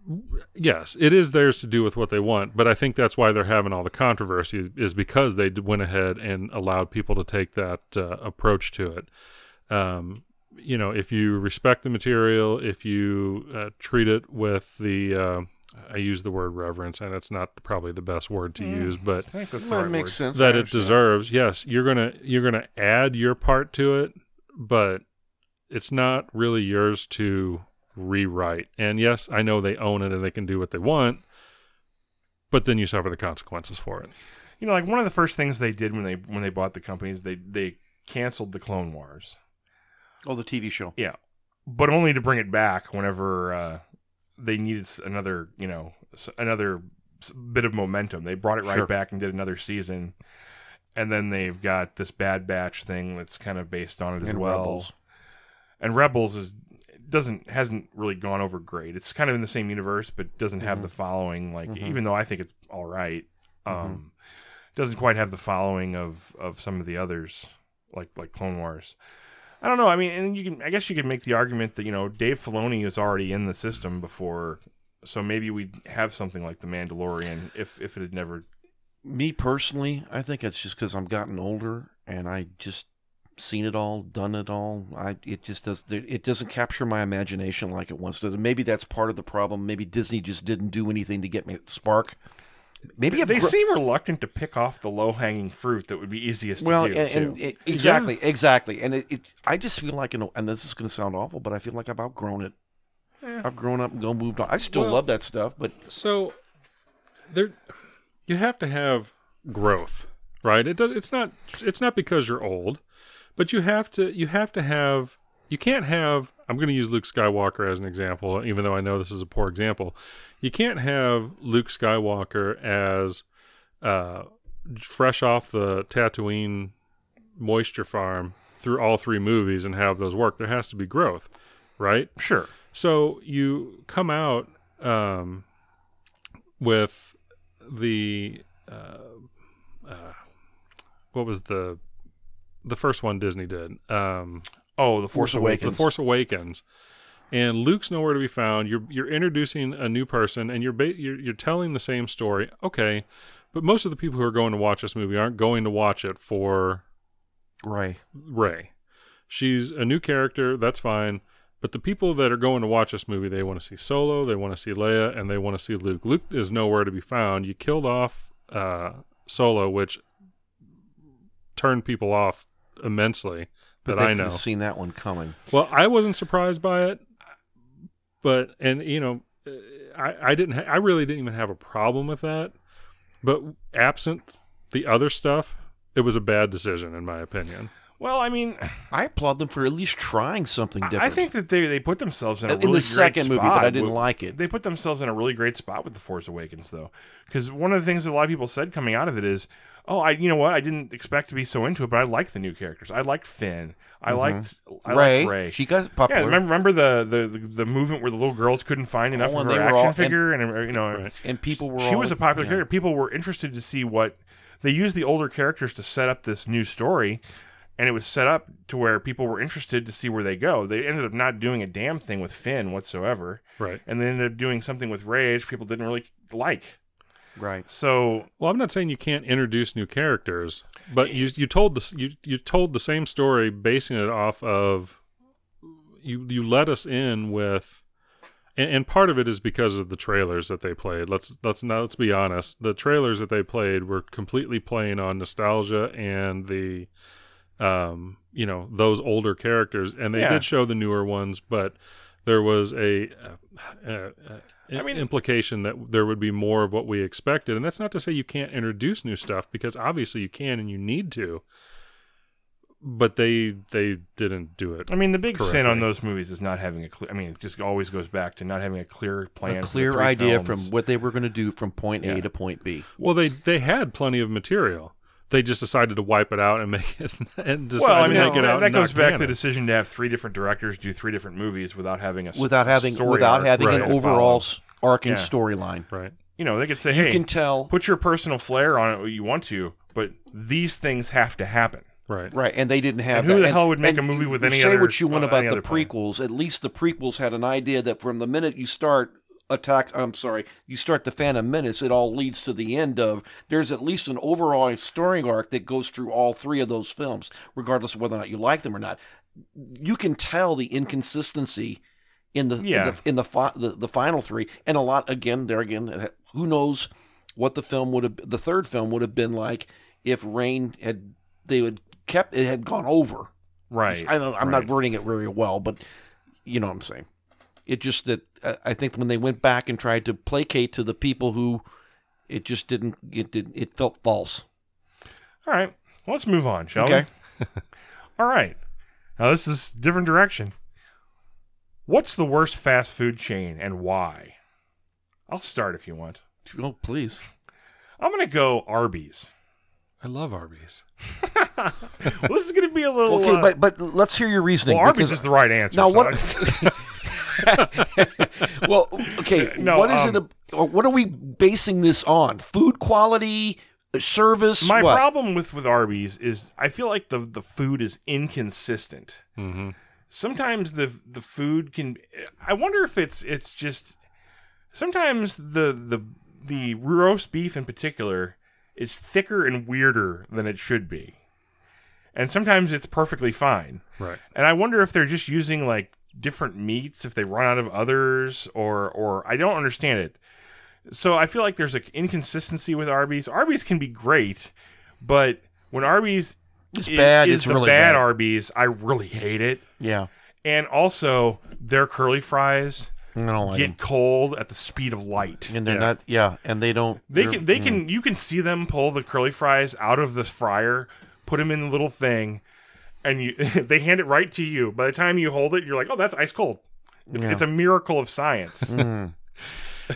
[SPEAKER 3] w- yes, it is theirs to do with what they want, but I think that's why they're having all the controversy is because they d- went ahead and allowed people to take that uh, approach to it. Um, you know, if you respect the material, if you uh, treat it with the, uh, I use the word reverence, and it's not probably the best word to
[SPEAKER 1] Mm,
[SPEAKER 3] use, but
[SPEAKER 1] Mm-hmm. I think that's the
[SPEAKER 2] That
[SPEAKER 1] right
[SPEAKER 2] makes
[SPEAKER 1] word.
[SPEAKER 2] sense.
[SPEAKER 3] that
[SPEAKER 2] I
[SPEAKER 3] it
[SPEAKER 2] understand.
[SPEAKER 3] deserves. Yes, you're gonna you're gonna add your part to it, but it's not really yours to rewrite. And yes, I know they own it and they can do what they want, but then you suffer the consequences for it.
[SPEAKER 1] You know, like one of the first things they did when they when they bought the companies, they they canceled the Clone Wars,
[SPEAKER 2] Oh, the TV show.
[SPEAKER 1] but only to bring it back whenever uh, they needed s- another you know s- another s- bit of momentum. They brought it right
[SPEAKER 2] Sure.
[SPEAKER 1] back and did another season, and then they've got this Bad Batch thing that's kind of based on it as
[SPEAKER 2] And
[SPEAKER 1] well.
[SPEAKER 2] Rebels.
[SPEAKER 1] And Rebels is doesn't hasn't really gone over great. It's kind of in the same universe, but doesn't have
[SPEAKER 2] Mhm.
[SPEAKER 1] the following. Like
[SPEAKER 2] Mhm.
[SPEAKER 1] even though I think it's all right, um, doesn't quite have the following of of some of the others, like like Clone Wars. I don't know. I mean, and you can I guess you could make the argument that you know Dave Filoni is already in the system before, so maybe we would have something like the Mandalorian if if it had never.
[SPEAKER 2] Me personally, I think it's just because I'm gotten older and I just seen it all, done it all. I it just does it doesn't capture my imagination like it once did. And maybe that's part of the problem. Maybe Disney just didn't do anything to get me spark. Maybe I've
[SPEAKER 1] they
[SPEAKER 2] gr-
[SPEAKER 1] seem reluctant to pick off the low hanging fruit that would be easiest
[SPEAKER 2] well,
[SPEAKER 1] to
[SPEAKER 2] and,
[SPEAKER 1] do.
[SPEAKER 2] and
[SPEAKER 1] too.
[SPEAKER 2] it, exactly, exactly, and it, it. I just feel like, you know, and this is going to sound awful, but I feel like I've outgrown it. I've grown up and gone moved on. I still
[SPEAKER 3] Well-
[SPEAKER 2] love that stuff, but
[SPEAKER 3] So there you have to have growth, right? It does it's not it's not because you're old, but you have to you have to have you can't have I'm going to use Luke Skywalker as an example even though I know this is a poor example. You can't have Luke Skywalker as uh fresh off the Tatooine moisture farm through all three movies and have those work. There has to be growth, right?
[SPEAKER 1] sure.
[SPEAKER 3] So you come out um, with the uh, uh, what was the the first one Disney did? Um,
[SPEAKER 1] Oh, the
[SPEAKER 2] Force
[SPEAKER 1] Force
[SPEAKER 2] Awakens.
[SPEAKER 1] Awakens.
[SPEAKER 3] the Force Awakens, and Luke's nowhere to be found. You're you're introducing a new person, and you're ba- you're, you're telling the same story. Okay, but most of the people who are going to watch this movie aren't going to watch it for
[SPEAKER 2] right,
[SPEAKER 3] Ray. She's a new character, that's fine. But the people that are going to watch this movie, they want to see Solo, they want to see Leia, and they want to see Luke. Luke is nowhere to be found. You killed off uh, Solo, which turned people off immensely
[SPEAKER 2] but
[SPEAKER 3] that
[SPEAKER 2] they
[SPEAKER 3] I
[SPEAKER 2] could
[SPEAKER 3] know.
[SPEAKER 2] have seen that one coming.
[SPEAKER 3] Well, I wasn't surprised by it, but and you know, uh, I I didn't ha- I really didn't even have a problem with that. But absent the other stuff, it was a bad decision in my opinion.
[SPEAKER 1] Well, I mean, I-
[SPEAKER 2] I applaud them for at least trying something different.
[SPEAKER 1] I think that they, they put themselves in a
[SPEAKER 2] in
[SPEAKER 1] really
[SPEAKER 2] the second
[SPEAKER 1] great
[SPEAKER 2] movie, but I
[SPEAKER 1] spot
[SPEAKER 2] didn't
[SPEAKER 1] with-
[SPEAKER 2] like it.
[SPEAKER 1] They put themselves in a really great spot with the Force Awakens, though, because one of the things that a lot of people said coming out of it is, "Oh, I you know what? I didn't expect to be so into it, but I liked the new characters. I liked Finn. I liked I
[SPEAKER 2] Ray,
[SPEAKER 1] liked Ray.
[SPEAKER 2] Mm-hmm. she got
[SPEAKER 1] yeah,
[SPEAKER 2] popular.
[SPEAKER 1] remember, remember the, the, the, the movement where the little girls couldn't find enough
[SPEAKER 2] Oh,
[SPEAKER 1] of
[SPEAKER 2] and
[SPEAKER 1] her
[SPEAKER 2] they were
[SPEAKER 1] action
[SPEAKER 2] all- and-
[SPEAKER 1] figure, and, uh, you know,
[SPEAKER 3] Right.
[SPEAKER 2] and people were.
[SPEAKER 1] she
[SPEAKER 2] all-
[SPEAKER 1] was a popular
[SPEAKER 2] yeah.
[SPEAKER 1] character. People were interested to see what they used the older characters to set up this new story, and it was set up to where people were interested to see where they go. They ended up not doing a damn thing with Finn whatsoever,
[SPEAKER 3] Right.
[SPEAKER 1] and they ended up doing something with Rage people didn't really like.
[SPEAKER 2] right?
[SPEAKER 1] So
[SPEAKER 3] Well, I'm not saying you can't introduce new characters, but you you told the you you told the same story, basing it off of you you let us in with, and, and part of it is because of the trailers that they played. Let's let's now let's be honest. The trailers that they played were completely playing on nostalgia and the, um, you know, those older characters, and they
[SPEAKER 1] Yeah.
[SPEAKER 3] did show the newer ones, but there was a. Uh, uh, uh,
[SPEAKER 1] I mean-
[SPEAKER 3] implication that there would be more of what we expected, and that's not to say you can't introduce new stuff because obviously you can and you need to. But they they didn't do it.
[SPEAKER 1] I mean, the big sin on
[SPEAKER 3] Correctly.
[SPEAKER 1] those movies is not having a clear. I mean, it just always goes back to not having a clear plan,
[SPEAKER 2] A
[SPEAKER 1] for the
[SPEAKER 2] clear
[SPEAKER 1] three
[SPEAKER 2] idea
[SPEAKER 1] films.
[SPEAKER 2] from what they were going to do from point
[SPEAKER 1] Yeah.
[SPEAKER 2] A to point B.
[SPEAKER 3] Well, they they had plenty of material. They just decided to wipe it out and make it and decided
[SPEAKER 1] Well, I mean,
[SPEAKER 3] to
[SPEAKER 1] that,
[SPEAKER 3] make it out.
[SPEAKER 1] that
[SPEAKER 3] and
[SPEAKER 1] goes
[SPEAKER 3] not
[SPEAKER 1] back
[SPEAKER 3] canon.
[SPEAKER 1] to the decision to have three different directors do three different movies without having a s-
[SPEAKER 2] without having
[SPEAKER 1] story
[SPEAKER 2] without
[SPEAKER 1] arc
[SPEAKER 2] having
[SPEAKER 3] right,
[SPEAKER 2] an
[SPEAKER 1] to follow.
[SPEAKER 2] overall s- arcing
[SPEAKER 1] Yeah.
[SPEAKER 2] storyline.
[SPEAKER 3] right.
[SPEAKER 1] You know, they could say, "Hey,
[SPEAKER 2] You can tell,
[SPEAKER 1] put your personal flair on it what you want to, but these things have to happen.
[SPEAKER 3] Right.
[SPEAKER 2] right? And they didn't have.
[SPEAKER 1] And who
[SPEAKER 2] that.
[SPEAKER 1] the hell would make a movie
[SPEAKER 2] you-
[SPEAKER 1] with
[SPEAKER 2] you
[SPEAKER 1] any
[SPEAKER 2] say
[SPEAKER 1] other-
[SPEAKER 2] what you want
[SPEAKER 1] uh,
[SPEAKER 2] about
[SPEAKER 1] any
[SPEAKER 2] the
[SPEAKER 1] other plan?
[SPEAKER 2] prequels. At least the prequels had an idea that from the minute you start attack, I'm sorry, you start the Phantom Menace, it all leads to the end of. There's at least an overall story arc that goes through all three of those films, regardless of whether or not you like them or not. You can tell the inconsistency in the
[SPEAKER 1] Yeah.
[SPEAKER 2] in the in the, fi- the the final three, and a lot again there again. it ha- Who knows what the film would have the third film would have been like if Rain had they would kept it had gone over.
[SPEAKER 1] Right.
[SPEAKER 2] I don't. I'm
[SPEAKER 1] Right.
[SPEAKER 2] not wording it very well, but you know what I'm saying. It just that uh, I think when they went back and tried to placate to the people who, it just didn't. It did. It felt false.
[SPEAKER 1] All right. Let's move on, shall
[SPEAKER 2] Okay.
[SPEAKER 1] we? All right. Now this is different direction. What's the worst fast food chain and why? I'll start if you want.
[SPEAKER 2] Oh please.
[SPEAKER 1] I'm gonna go Arby's.
[SPEAKER 3] I love Arby's.
[SPEAKER 1] well, this is gonna be a little.
[SPEAKER 2] Okay,
[SPEAKER 1] uh,
[SPEAKER 2] but but let's hear your reasoning.
[SPEAKER 1] well, Arby's
[SPEAKER 2] because-
[SPEAKER 1] is the right answer.
[SPEAKER 2] now
[SPEAKER 1] so
[SPEAKER 2] what?
[SPEAKER 1] I-
[SPEAKER 2] well, okay.
[SPEAKER 1] No,
[SPEAKER 2] what is
[SPEAKER 1] um,
[SPEAKER 2] it? ab- or what are we basing this on? Food quality, uh, service.
[SPEAKER 1] My
[SPEAKER 2] what?
[SPEAKER 1] problem with with Arby's is I feel like the the food is inconsistent.
[SPEAKER 3] Mm-hmm.
[SPEAKER 1] Sometimes the the food can. I wonder if it's it's just sometimes the the the roast beef in particular is thicker and weirder than it should be, and sometimes it's perfectly fine.
[SPEAKER 3] Right.
[SPEAKER 1] And I wonder if they're just using like different meats if they run out of others or or I don't understand it. So I feel like there's an inconsistency with Arby's. Arby's can be great, but when Arby's
[SPEAKER 2] It's
[SPEAKER 1] i-
[SPEAKER 2] bad.
[SPEAKER 1] is
[SPEAKER 2] it's
[SPEAKER 1] the
[SPEAKER 2] really
[SPEAKER 1] bad,
[SPEAKER 2] bad.
[SPEAKER 1] Arby's, I really hate it.
[SPEAKER 2] yeah,
[SPEAKER 1] And also their curly fries
[SPEAKER 2] I don't like
[SPEAKER 1] get cold at the speed of light.
[SPEAKER 2] them. And they're
[SPEAKER 3] yeah.
[SPEAKER 2] not. Yeah, and they don't.
[SPEAKER 1] They
[SPEAKER 2] they're-
[SPEAKER 1] can they
[SPEAKER 2] mm.
[SPEAKER 1] can you can see them pull the curly fries out of the fryer, put them in the little thing, and you they hand it right to you. By the time you hold it, you're like, oh, that's ice cold. It's,
[SPEAKER 2] Yeah.
[SPEAKER 1] it's a miracle of science.
[SPEAKER 2] Mm.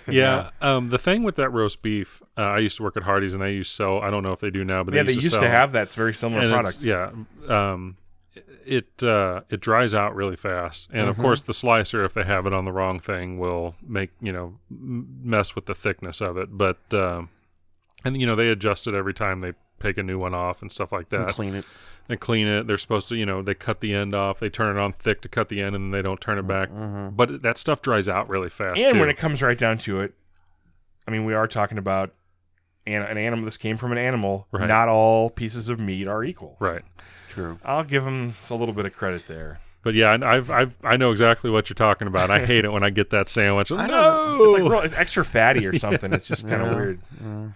[SPEAKER 3] Yeah. Um, the thing with that roast beef, uh, I used to work at Hardee's and they used to sell, I don't know if they do now, but
[SPEAKER 1] yeah, they used
[SPEAKER 3] sell,
[SPEAKER 1] to have that. It's a very similar
[SPEAKER 3] and it's-
[SPEAKER 1] product.
[SPEAKER 3] Yeah, um, it uh, it dries out really fast, and of course the slicer, if they have it on the wrong thing, will make you know m- mess with the thickness of it. But um, and you know they adjust it every time they take a new one off and stuff like
[SPEAKER 2] And
[SPEAKER 3] that.
[SPEAKER 2] clean it.
[SPEAKER 3] They clean it. They're supposed to you know they cut the end off. They turn it on thick to cut the end, and they don't turn it back. But that stuff dries out really fast.
[SPEAKER 1] And
[SPEAKER 3] too.
[SPEAKER 1] when it comes right down to it, I mean, we are talking about an, an animal. This came from an animal.
[SPEAKER 3] Right.
[SPEAKER 1] Not all pieces of meat are equal.
[SPEAKER 3] right.
[SPEAKER 2] True.
[SPEAKER 1] I'll give them a little bit of credit there.
[SPEAKER 3] But yeah, and I've, I've I know exactly what you're talking about. I hate it when I get that sandwich.
[SPEAKER 2] I don't-
[SPEAKER 3] no,
[SPEAKER 1] It's like real, it's extra fatty or something. It's just kind of
[SPEAKER 2] Yeah.
[SPEAKER 1] weird.
[SPEAKER 2] Mm.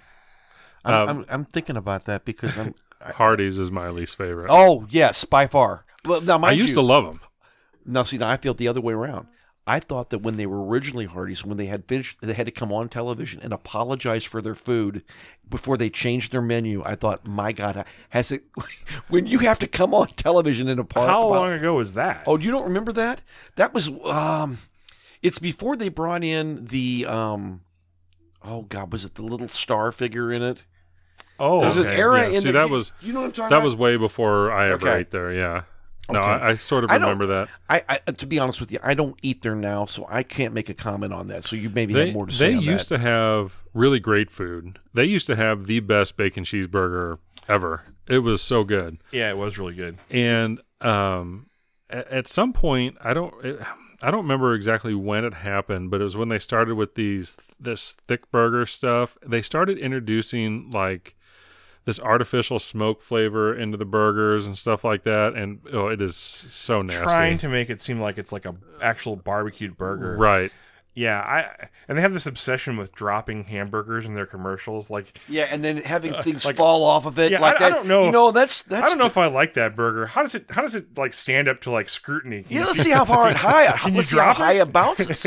[SPEAKER 2] I'm,
[SPEAKER 3] Um,
[SPEAKER 2] I'm, I'm thinking about that because I'm. I,
[SPEAKER 3] Hardee's is my least favorite.
[SPEAKER 2] oh yes, by far. Well, now,
[SPEAKER 3] I
[SPEAKER 2] mind
[SPEAKER 3] used
[SPEAKER 2] you,
[SPEAKER 3] to love them.
[SPEAKER 2] Now, see, now I feel it the other way around. I thought that when they were originally Hardee's, when they had finished, they had to come on television and apologize for their food before they changed their menu. I thought, my God, has it? When you have to come on television and apologize?
[SPEAKER 1] How long ago was that?
[SPEAKER 2] Oh, you don't remember that? That was um, it's before they brought in the um, oh God, was it the little star figure in it?
[SPEAKER 1] Oh,
[SPEAKER 2] There's an
[SPEAKER 1] okay.
[SPEAKER 2] era
[SPEAKER 3] yeah.
[SPEAKER 2] in
[SPEAKER 3] See,
[SPEAKER 2] the-
[SPEAKER 3] that
[SPEAKER 2] you-
[SPEAKER 3] was-
[SPEAKER 2] you know what I'm talking
[SPEAKER 3] That
[SPEAKER 2] about?
[SPEAKER 3] was way before I ever
[SPEAKER 2] Okay.
[SPEAKER 3] ate there. Yeah. No,
[SPEAKER 2] Okay.
[SPEAKER 3] I, I sort of
[SPEAKER 2] I don't-
[SPEAKER 3] remember that.
[SPEAKER 2] I, I to be honest with you, I don't eat there now, so I can't make a comment on that. So you maybe
[SPEAKER 3] They,
[SPEAKER 2] have more to
[SPEAKER 3] they
[SPEAKER 2] say on
[SPEAKER 3] used
[SPEAKER 2] that.
[SPEAKER 3] to have really great food. They used to have the best bacon cheeseburger ever. It was so good.
[SPEAKER 1] Yeah, it was really good.
[SPEAKER 3] And um, at, at some point, I don't. It, I don't remember exactly when it happened, but it was when they started with these this thick burger stuff. They started introducing like this artificial smoke flavor into the burgers and stuff like that, and oh, it is so nasty.
[SPEAKER 1] Trying to make it seem like it's like a actual barbecued burger.
[SPEAKER 3] right?
[SPEAKER 1] Yeah, I and they have this obsession with dropping hamburgers in their commercials. Like
[SPEAKER 2] Yeah, and then having things
[SPEAKER 1] like-
[SPEAKER 2] fall off of it
[SPEAKER 1] Yeah,
[SPEAKER 2] like
[SPEAKER 1] I- I
[SPEAKER 2] that.
[SPEAKER 1] don't know
[SPEAKER 2] You
[SPEAKER 1] if-
[SPEAKER 2] know, that's that's.
[SPEAKER 1] I don't know if I like that burger. How does it how does it like stand up to like scrutiny?
[SPEAKER 2] yeah, let's see how far it high. how-
[SPEAKER 1] you
[SPEAKER 2] Let's see how
[SPEAKER 1] drop it?
[SPEAKER 2] high it bounces.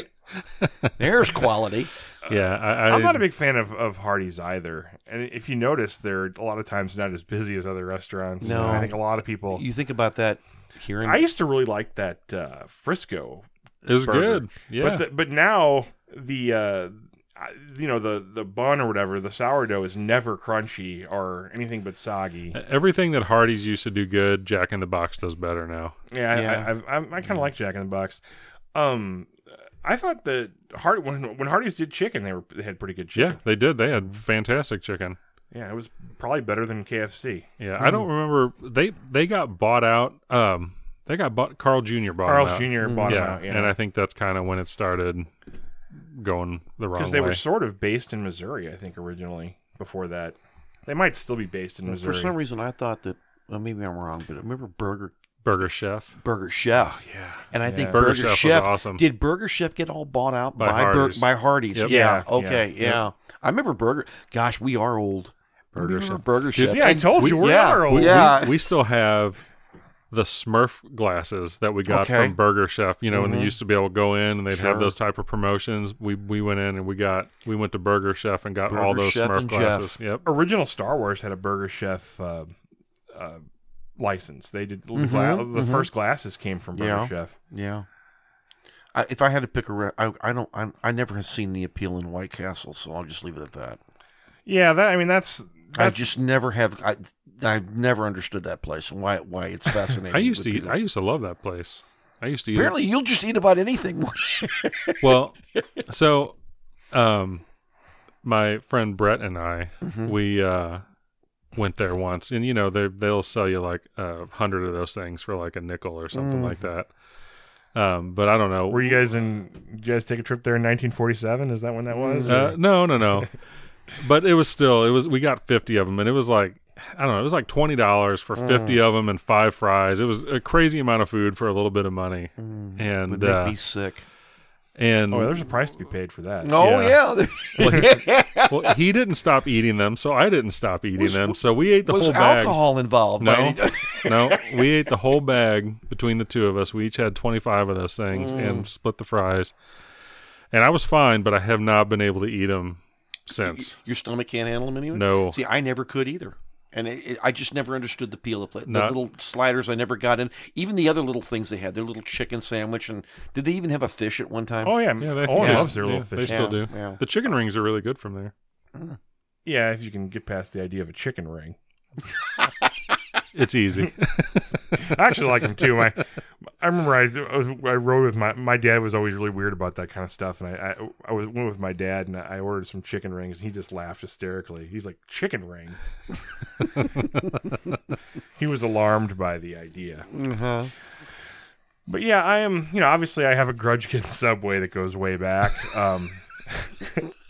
[SPEAKER 2] There's quality.
[SPEAKER 3] yeah, I, I,
[SPEAKER 1] uh, I'm not a big fan of, of Hardee's either. And if you notice, they're a lot of times not as busy as other restaurants.
[SPEAKER 2] No.
[SPEAKER 1] I think a lot of people.
[SPEAKER 2] You think about that hearing.
[SPEAKER 1] I used to really like that uh, Frisco
[SPEAKER 3] It was
[SPEAKER 1] burger.
[SPEAKER 3] good. Yeah.
[SPEAKER 1] But the, but now the uh, I- you know the the bun or whatever the sourdough is never crunchy or anything but soggy.
[SPEAKER 3] Uh, E, Everything that Hardee's used to do good, Jack in the Box does better now.
[SPEAKER 1] Yeah,
[SPEAKER 2] Yeah.
[SPEAKER 1] I, I've, I, I kind of like Jack in the Box. Um, I thought that Hard when when Hardee's did chicken, they were they had pretty good
[SPEAKER 3] Yeah,
[SPEAKER 1] chicken.
[SPEAKER 3] they did. They had fantastic chicken.
[SPEAKER 1] Yeah, it was probably better than KFC.
[SPEAKER 3] Yeah, I
[SPEAKER 1] Hmm.
[SPEAKER 3] don't remember they they got bought out. Um, they got bought. Carl Jr. bought 'em
[SPEAKER 1] Carl's
[SPEAKER 3] out.
[SPEAKER 1] Jr. bought
[SPEAKER 3] Yeah,
[SPEAKER 1] them out.
[SPEAKER 3] and
[SPEAKER 1] Yeah,
[SPEAKER 3] I think that's kind of when it started going the wrong
[SPEAKER 1] because
[SPEAKER 3] way.
[SPEAKER 1] they were sort of based in Missouri, I think originally. Before that, they might still be based in Missouri.
[SPEAKER 2] For some reason, I thought that. Well, maybe I'm wrong, but I remember Burger
[SPEAKER 3] Burger Chef.
[SPEAKER 2] Burger Chef,
[SPEAKER 3] Yeah,
[SPEAKER 2] and I think
[SPEAKER 1] Yeah.
[SPEAKER 2] Burger,
[SPEAKER 3] Burger Chef
[SPEAKER 2] Chef.
[SPEAKER 3] was awesome.
[SPEAKER 2] Did Burger Chef get all bought out
[SPEAKER 3] By
[SPEAKER 2] by Bur-
[SPEAKER 3] Hardee's.
[SPEAKER 2] by Hardee's?
[SPEAKER 3] Yep.
[SPEAKER 2] Yeah.
[SPEAKER 1] Yeah,
[SPEAKER 2] Okay.
[SPEAKER 1] yeah,
[SPEAKER 2] Yeah. I remember Burger. Gosh, we are old.
[SPEAKER 3] Burger
[SPEAKER 2] We remember
[SPEAKER 3] Chef.
[SPEAKER 2] Burger
[SPEAKER 3] Just-
[SPEAKER 2] Chef.
[SPEAKER 1] yeah, I
[SPEAKER 2] And
[SPEAKER 1] told
[SPEAKER 2] we-
[SPEAKER 1] you, we're
[SPEAKER 2] yeah,
[SPEAKER 1] not old.
[SPEAKER 2] we- Yeah.
[SPEAKER 3] Oh, we, we still have the Smurf glasses that we got
[SPEAKER 2] Okay.
[SPEAKER 3] from Burger Chef. You know, when they
[SPEAKER 2] Mhm.
[SPEAKER 3] used to be able to go in and they'd
[SPEAKER 2] Sure.
[SPEAKER 3] have those type of promotions. We we went in and we got we went to Burger Chef and got all
[SPEAKER 2] Burger
[SPEAKER 3] those
[SPEAKER 2] Chef
[SPEAKER 3] Smurf
[SPEAKER 2] and
[SPEAKER 3] glasses.
[SPEAKER 2] Jeff.
[SPEAKER 3] Yep.
[SPEAKER 1] original Star Wars had a Burger Chef uh, uh, license. They did the, gla-
[SPEAKER 2] Mhm,
[SPEAKER 1] the
[SPEAKER 2] mhm.
[SPEAKER 1] first glasses came from Burger
[SPEAKER 2] Yeah.
[SPEAKER 1] Chef.
[SPEAKER 2] Yeah. I, if I had to pick a, re- I, I don't, I, I never have seen the appeal in White Castle, so I'll just leave it at that.
[SPEAKER 1] Yeah, that I mean that's
[SPEAKER 2] I
[SPEAKER 1] that's
[SPEAKER 2] just never have, I, I've never understood that place and why, why it's fascinating.
[SPEAKER 3] I used
[SPEAKER 2] with
[SPEAKER 3] to eat,
[SPEAKER 2] people.
[SPEAKER 3] I used to love that place. I I used to eat. it-
[SPEAKER 2] Apparently, you'll just eat about anything.
[SPEAKER 3] Well, so, um, my friend Brett and I,
[SPEAKER 2] Mm-hmm.
[SPEAKER 3] we uh went there once, and you know they they'll sell you like a hundred of those things for like a nickel or
[SPEAKER 2] Mm.
[SPEAKER 3] something like that. Um, but I don't know.
[SPEAKER 1] Were you guys in? Did you guys take a trip there in 1947? Is that when that was?
[SPEAKER 3] Uh, no, no, no. but it was still it was we got 50 of them and it was like I don't know, it was like $20 for
[SPEAKER 2] Mm.
[SPEAKER 3] 50 of them and five fries. It was a crazy amount of food for a little bit of money.
[SPEAKER 2] Would
[SPEAKER 3] And
[SPEAKER 2] make
[SPEAKER 3] uh,
[SPEAKER 2] me sick.
[SPEAKER 3] and
[SPEAKER 1] oh, there's a price to be paid for that.
[SPEAKER 2] Oh yeah,
[SPEAKER 3] well, he didn't stop eating them, so I didn't stop eating them. So we ate the
[SPEAKER 2] was
[SPEAKER 3] whole bag.
[SPEAKER 2] alcohol involved? by
[SPEAKER 3] No,
[SPEAKER 2] any-
[SPEAKER 3] no, we ate the whole bag between the two of us. We each had 25 of those things
[SPEAKER 2] Mm.
[SPEAKER 3] and split the fries. And I was fine, but I have not been able to eat them since.
[SPEAKER 2] Your stomach can't handle them anyway.
[SPEAKER 3] No.
[SPEAKER 2] See, I never could either, and it, it- I just never understood the peel of it. The
[SPEAKER 3] Not-
[SPEAKER 2] little sliders I never got in. Even the other little things they had, their little chicken sandwich, and did they even have a fish at one time?
[SPEAKER 1] Oh yeah,
[SPEAKER 3] Yeah, they,
[SPEAKER 1] Owen
[SPEAKER 3] yeah,
[SPEAKER 1] loves their
[SPEAKER 3] yeah,
[SPEAKER 1] little
[SPEAKER 3] They
[SPEAKER 1] fish.
[SPEAKER 3] still
[SPEAKER 2] Yeah,
[SPEAKER 3] do.
[SPEAKER 2] yeah.
[SPEAKER 3] The chicken rings are really good from there.
[SPEAKER 1] Yeah, if you can get past the idea of a chicken ring.
[SPEAKER 3] It's easy.
[SPEAKER 1] I actually like them too. I, I remember I, I, was, I rode with my my dad was always really weird about that kind of stuff, and I I, I was went with my dad and I ordered some chicken rings, and he just laughed hysterically. He's like, "Chicken ring." he was alarmed by the idea.
[SPEAKER 2] Uh-huh.
[SPEAKER 1] But yeah, I am. You know, obviously, I have a grudge against Subway that goes way back. Um,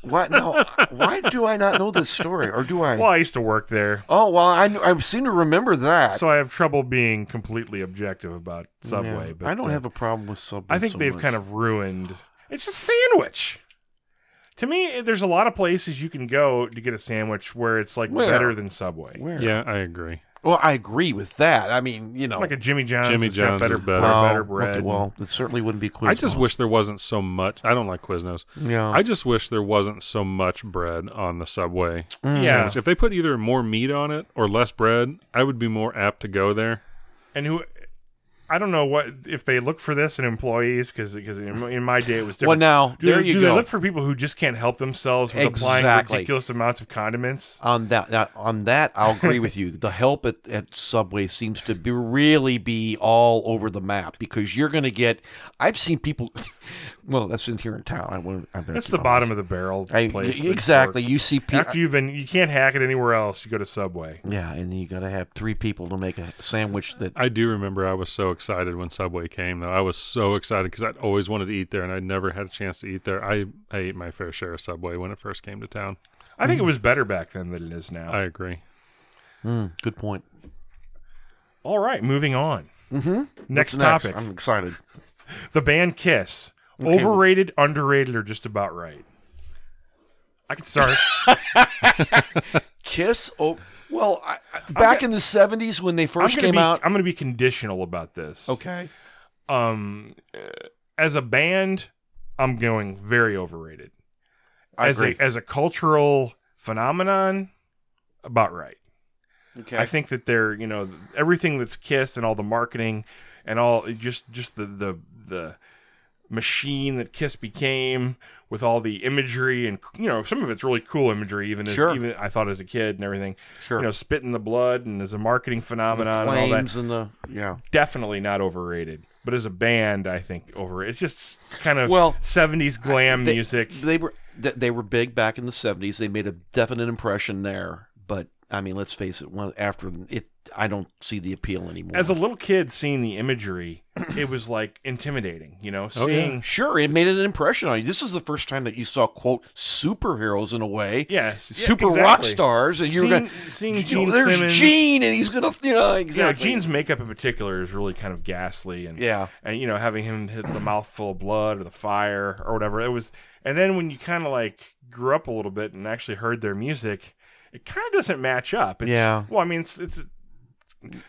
[SPEAKER 2] Why no? why do I not know this story, or do I?
[SPEAKER 1] well, I used to work there,
[SPEAKER 2] Oh well, I, kn- I seem to remember that.
[SPEAKER 1] so I have trouble being completely objective about Subway.
[SPEAKER 2] Yeah.
[SPEAKER 1] but
[SPEAKER 2] I
[SPEAKER 1] uh,
[SPEAKER 2] don't have a problem with Subway.
[SPEAKER 1] I think
[SPEAKER 2] so
[SPEAKER 1] they've
[SPEAKER 2] much.
[SPEAKER 1] kind of ruined. It's a sandwich. To me, there's a lot of places you can go to get a sandwich where it's like
[SPEAKER 2] Where?
[SPEAKER 1] better than Subway.
[SPEAKER 2] Where?
[SPEAKER 3] yeah, I agree.
[SPEAKER 2] Well, I agree with that. I mean, you know,
[SPEAKER 1] Like a Jimmy John's.
[SPEAKER 3] Jimmy
[SPEAKER 1] it's got
[SPEAKER 3] John's
[SPEAKER 1] better,
[SPEAKER 3] is better.
[SPEAKER 1] better,
[SPEAKER 2] Oh,
[SPEAKER 1] better
[SPEAKER 2] okay,
[SPEAKER 1] bread.
[SPEAKER 2] well, it certainly wouldn't be Quiznos.
[SPEAKER 3] I just wish there wasn't so much. I don't like Quiznos.
[SPEAKER 2] Yeah.
[SPEAKER 3] I just wish there wasn't so much bread on the subway.
[SPEAKER 1] yeah,
[SPEAKER 3] If they put either more meat on it or less bread, I would be more apt to go there.
[SPEAKER 1] and who? I don't know what if they look for this in employees because in, in my day it was
[SPEAKER 2] well,
[SPEAKER 1] different.
[SPEAKER 2] now
[SPEAKER 1] do
[SPEAKER 2] there
[SPEAKER 1] they,
[SPEAKER 2] you
[SPEAKER 1] do
[SPEAKER 2] go
[SPEAKER 1] they look for people who just can't help themselves with applying
[SPEAKER 2] Exactly.
[SPEAKER 1] ridiculous amounts of condiments?
[SPEAKER 2] on that, that. On that, I'll agree with you. The help at, at Subway seems to be really be all over the map because you're going to get. I've seen people. Well, that's in here in town. I wouldn't. I'm gonna
[SPEAKER 1] That's
[SPEAKER 2] keep
[SPEAKER 1] the
[SPEAKER 2] on-
[SPEAKER 1] bottom of the barrel
[SPEAKER 2] I,
[SPEAKER 1] place. that
[SPEAKER 2] exactly.
[SPEAKER 1] work.
[SPEAKER 2] You see people.
[SPEAKER 1] After you've been, you can't hack it anywhere else. You go to Subway.
[SPEAKER 2] Yeah, and you got to have three people to make a sandwich that
[SPEAKER 3] I do remember I was so excited when Subway came, though. I was so excited because I'd always wanted to eat there and I'd never had a chance to eat there. I, I ate my fair share of Subway when it first came to town.
[SPEAKER 1] I think it was better back then than it is now.
[SPEAKER 3] I agree.
[SPEAKER 2] Mm, good point.
[SPEAKER 1] All right, moving on. Mm-hmm. Next
[SPEAKER 2] What's
[SPEAKER 1] topic:
[SPEAKER 2] I'm excited.
[SPEAKER 1] the band Kiss. Overrated, underrated, or just about right. I can start.
[SPEAKER 2] Kiss. Oh, well, I, I- back in the '70s when they
[SPEAKER 1] I'm
[SPEAKER 2] first
[SPEAKER 1] gonna
[SPEAKER 2] came
[SPEAKER 1] be,
[SPEAKER 2] out.
[SPEAKER 1] I'm going to be conditional about this.
[SPEAKER 2] okay.
[SPEAKER 1] Um, uh, as a band, I'm going very overrated.
[SPEAKER 2] I
[SPEAKER 1] as
[SPEAKER 2] agree.
[SPEAKER 1] a as a cultural phenomenon, about right.
[SPEAKER 2] Okay.
[SPEAKER 1] I think that they're you know everything that's Kiss and all the marketing and all just just the the the machine that Kiss became with all the imagery and you know some of it's really cool imagery even as
[SPEAKER 2] Sure.
[SPEAKER 1] even I thought as a kid and everything
[SPEAKER 2] sure.
[SPEAKER 1] you know spit in the blood and as a marketing phenomenon and all that
[SPEAKER 2] and the yeah.
[SPEAKER 1] definitely not overrated but as a band I think over it's just kind of
[SPEAKER 2] Well,
[SPEAKER 1] 70s glam
[SPEAKER 2] they-
[SPEAKER 1] music
[SPEAKER 2] They were th- they were big back in the '70s. They made a definite impression there, but I mean, let's face it. One after it, I don't see the appeal anymore.
[SPEAKER 1] as a little kid seeing the imagery it was like intimidating you know
[SPEAKER 3] Oh, yeah.
[SPEAKER 1] seeing
[SPEAKER 2] sure, it made an impression on you. This is the first time that you saw quote superheroes in a way,
[SPEAKER 1] Yes, yeah,
[SPEAKER 2] super rock
[SPEAKER 1] exactly.
[SPEAKER 2] stars, and you're
[SPEAKER 1] seeing,
[SPEAKER 2] going.
[SPEAKER 1] seeing
[SPEAKER 2] You
[SPEAKER 1] Gene
[SPEAKER 2] know, there's
[SPEAKER 1] Simmons.
[SPEAKER 2] Gene, and he's gonna,
[SPEAKER 1] You
[SPEAKER 2] you know,
[SPEAKER 1] know,
[SPEAKER 2] exactly.
[SPEAKER 1] Gene's makeup in particular is really kind of ghastly, and
[SPEAKER 2] yeah,
[SPEAKER 1] and you know having him hit the mouthful of blood or the fire or whatever it was. And then when you kind of like grew up a little bit and actually heard their music, it kind of doesn't match up. It's,
[SPEAKER 2] Yeah.
[SPEAKER 1] Well, I mean, it's it's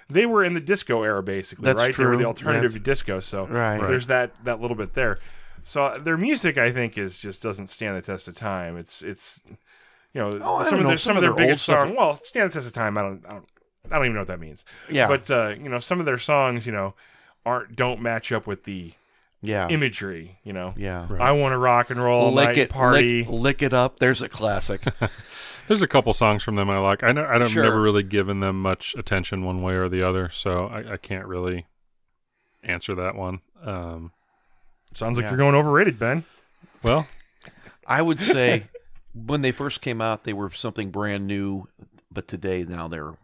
[SPEAKER 1] they were in the disco era basically,
[SPEAKER 2] That's
[SPEAKER 1] right? They were
[SPEAKER 2] true.
[SPEAKER 1] the alternative
[SPEAKER 2] Yes.
[SPEAKER 1] to disco, so
[SPEAKER 2] Right. Right.
[SPEAKER 1] there's that that little bit there. So uh, their music, I think, is just doesn't stand the test of time. It's it's you know
[SPEAKER 2] Oh, I
[SPEAKER 1] some
[SPEAKER 2] don't
[SPEAKER 1] of
[SPEAKER 2] know.
[SPEAKER 1] their some
[SPEAKER 2] Some of
[SPEAKER 1] of their
[SPEAKER 2] their old
[SPEAKER 1] biggest
[SPEAKER 2] stuff-
[SPEAKER 1] songs. Well, stand the test of time. I don't I don't I don't even know what that means.
[SPEAKER 2] yeah,
[SPEAKER 1] But uh, you know, some of their songs, you know, aren't don't match up with the
[SPEAKER 2] yeah,
[SPEAKER 1] imagery. You know,
[SPEAKER 2] yeah.
[SPEAKER 3] Right.
[SPEAKER 1] I want to rock and roll all
[SPEAKER 2] lick
[SPEAKER 1] night
[SPEAKER 2] it,
[SPEAKER 1] party.
[SPEAKER 2] Lick, lick it up. There's a classic.
[SPEAKER 3] There's a couple songs from them I like. I know I don't
[SPEAKER 2] Sure.
[SPEAKER 3] never really given them much attention one way or the other, so I, I can't really answer that one. Um,
[SPEAKER 1] Sounds like
[SPEAKER 2] Yeah.
[SPEAKER 1] you're going overrated, Ben.
[SPEAKER 3] well,
[SPEAKER 2] I would say when they first came out, they were something brand new, but today now they're,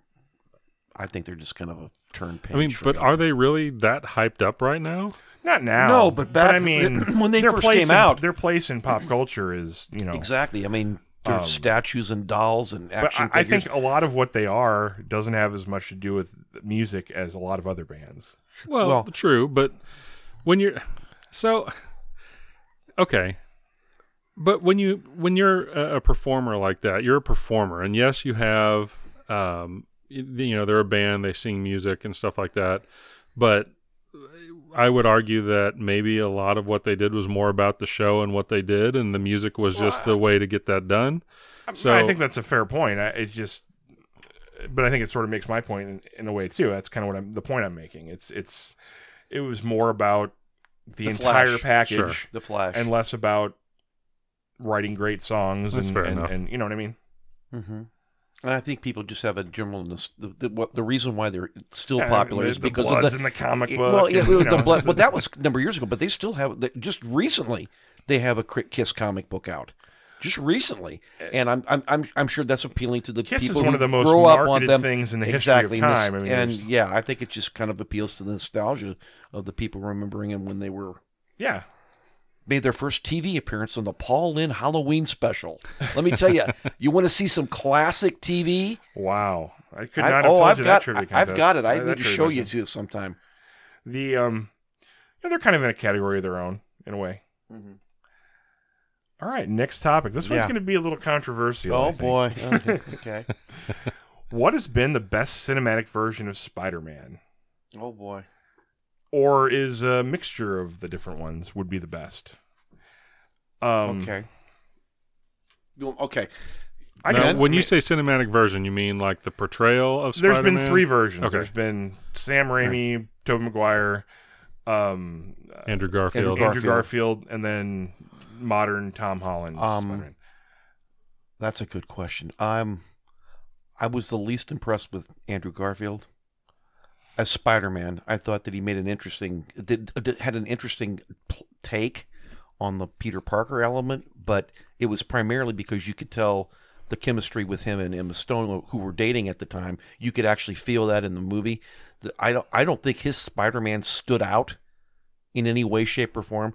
[SPEAKER 2] I think they're just kind of a turn page.
[SPEAKER 3] I mean,
[SPEAKER 2] for
[SPEAKER 3] but
[SPEAKER 2] me.
[SPEAKER 3] are they really that hyped up right now?
[SPEAKER 1] Not now.
[SPEAKER 2] No, but back
[SPEAKER 1] I mean,
[SPEAKER 2] when they
[SPEAKER 1] their
[SPEAKER 2] first
[SPEAKER 1] place
[SPEAKER 2] came
[SPEAKER 1] in-
[SPEAKER 2] out.
[SPEAKER 1] their place in pop culture is you know.
[SPEAKER 2] exactly? I mean, there's
[SPEAKER 1] Um,
[SPEAKER 2] statues and dolls and
[SPEAKER 1] But
[SPEAKER 2] action
[SPEAKER 1] I, I
[SPEAKER 2] figures.
[SPEAKER 1] think a lot of what they are doesn't have as much to do with music as a lot of other bands.
[SPEAKER 3] Well,
[SPEAKER 2] Well-
[SPEAKER 3] true, but when you're so okay, but when you when you're a, a performer like that, you're a performer, and yes, you have um, y- you know they're a band, they sing music and stuff like that, but I would argue that maybe a lot of what they did was more about the show and what they did, and the music was just the way to get that done. So-
[SPEAKER 1] I think that's a fair point. I, it just, but I think it sort of makes my point in, in a way too. That's kind of what I'm the point I'm making. It's it's it was more about the,
[SPEAKER 2] The
[SPEAKER 1] entire
[SPEAKER 2] Flash.
[SPEAKER 1] package
[SPEAKER 3] Sure.
[SPEAKER 2] the Flash.
[SPEAKER 1] and less about writing great songs
[SPEAKER 3] That's
[SPEAKER 1] and,
[SPEAKER 3] fair
[SPEAKER 1] and,
[SPEAKER 3] enough.
[SPEAKER 1] and you know what I mean.
[SPEAKER 2] hmm And I think people just have a general nos- the, the, what, the reason why they're still
[SPEAKER 1] Yeah,
[SPEAKER 2] popular
[SPEAKER 1] the-
[SPEAKER 2] is
[SPEAKER 1] the
[SPEAKER 2] because
[SPEAKER 1] Bloods
[SPEAKER 2] of the
[SPEAKER 1] in the comic
[SPEAKER 2] it-
[SPEAKER 1] book.
[SPEAKER 2] Well, yeah,
[SPEAKER 1] and,
[SPEAKER 2] well,
[SPEAKER 1] you
[SPEAKER 2] the
[SPEAKER 1] know,
[SPEAKER 2] blood, well, that was a number of years ago, but they still have they- just recently they have a Cri- Kiss comic book out. Just recently, and I'm I'm I'm, I'm sure that's appealing to the
[SPEAKER 1] Uh, Kiss
[SPEAKER 2] people
[SPEAKER 1] is one
[SPEAKER 2] who
[SPEAKER 1] of the most
[SPEAKER 2] grow up on
[SPEAKER 1] marketed
[SPEAKER 2] them.
[SPEAKER 1] things in the history of
[SPEAKER 2] exactly, nos-
[SPEAKER 1] time. I mean,
[SPEAKER 2] and
[SPEAKER 1] there's-
[SPEAKER 2] yeah, I think it just kind of appeals to the nostalgia of the people remembering him when they were
[SPEAKER 1] yeah,
[SPEAKER 2] made their first TV appearance on the Paul Lynn Halloween special. Let me tell you, you want to see some classic TV?
[SPEAKER 1] wow. I could
[SPEAKER 2] I've-
[SPEAKER 1] not have
[SPEAKER 2] oh,
[SPEAKER 1] told
[SPEAKER 2] I've
[SPEAKER 1] you
[SPEAKER 2] got
[SPEAKER 1] that trivia
[SPEAKER 2] I- I've
[SPEAKER 1] contest.
[SPEAKER 2] got it. I
[SPEAKER 1] That-
[SPEAKER 2] need
[SPEAKER 1] that
[SPEAKER 2] to
[SPEAKER 1] trivia
[SPEAKER 2] show you
[SPEAKER 1] contest.
[SPEAKER 2] to sometime.
[SPEAKER 1] the um, you know, they're kind of in a category of their own in a way. All right, next topic. This one's
[SPEAKER 2] Mm-hmm. Yeah.
[SPEAKER 1] going to be a little controversial. I
[SPEAKER 2] Oh
[SPEAKER 1] think.
[SPEAKER 2] boy. Okay. okay.
[SPEAKER 1] What has been the best cinematic version of Spider-Man?
[SPEAKER 2] Oh boy.
[SPEAKER 1] Or is a mixture of the different ones would be the best? Um,
[SPEAKER 2] okay. You- Okay.
[SPEAKER 1] I
[SPEAKER 3] now,
[SPEAKER 1] just-
[SPEAKER 3] when
[SPEAKER 1] I
[SPEAKER 3] you
[SPEAKER 1] mean,
[SPEAKER 3] say cinematic version, you mean like the portrayal of
[SPEAKER 1] there's
[SPEAKER 3] Spider-Man?
[SPEAKER 1] been three versions.
[SPEAKER 3] Okay.
[SPEAKER 1] There's been Sam Raimi, Tobey Maguire, um, uh,
[SPEAKER 3] Andrew Garfield.
[SPEAKER 2] Andrew
[SPEAKER 1] Andrew
[SPEAKER 2] Garfield.
[SPEAKER 1] Garfield, and then modern Tom Holland.
[SPEAKER 2] Um,
[SPEAKER 1] Spider-Man.
[SPEAKER 2] That's a good question. I'm I was the least impressed with Andrew Garfield as Spider-Man. I thought that he made an interesting did, did had an interesting pl- take on the Peter Parker element, but it was primarily because you could tell the chemistry with him and Emma Stone, who were dating at the time, you could actually feel that in the movie. The- I don't, I don't think his Spider-Man stood out in any way, shape, or form.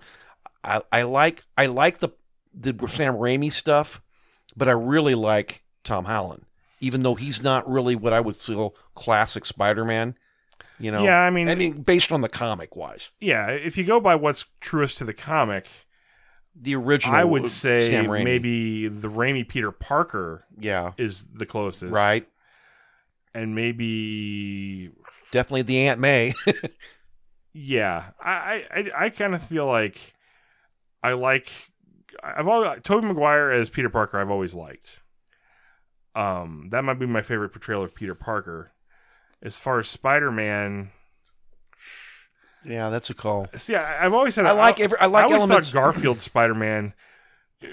[SPEAKER 2] I, I like, I like the the Sam Raimi stuff, but I really like Tom Holland, even though he's not really what I would call classic Spider-Man. You know,
[SPEAKER 1] yeah, I mean,
[SPEAKER 2] I mean, based on the comic wise,
[SPEAKER 1] yeah. If you go by what's truest to the comic,
[SPEAKER 2] the original.
[SPEAKER 1] I would
[SPEAKER 2] Sam
[SPEAKER 1] say
[SPEAKER 2] Raimi.
[SPEAKER 1] maybe the Raimi Peter Parker
[SPEAKER 2] yeah,
[SPEAKER 1] is the closest,
[SPEAKER 2] right.
[SPEAKER 1] And maybe
[SPEAKER 2] Definitely the Aunt May.
[SPEAKER 1] yeah, I I, I kind of feel like I like I've always Tobey Maguire as Peter Parker. I've always liked. Um, that might be my favorite portrayal of Peter Parker. As far as Spider Man,
[SPEAKER 2] yeah, that's a call.
[SPEAKER 1] see, I, I've always had
[SPEAKER 2] I like every. I
[SPEAKER 1] I
[SPEAKER 2] like
[SPEAKER 1] always
[SPEAKER 2] elements.
[SPEAKER 1] thought Garfield Spider Man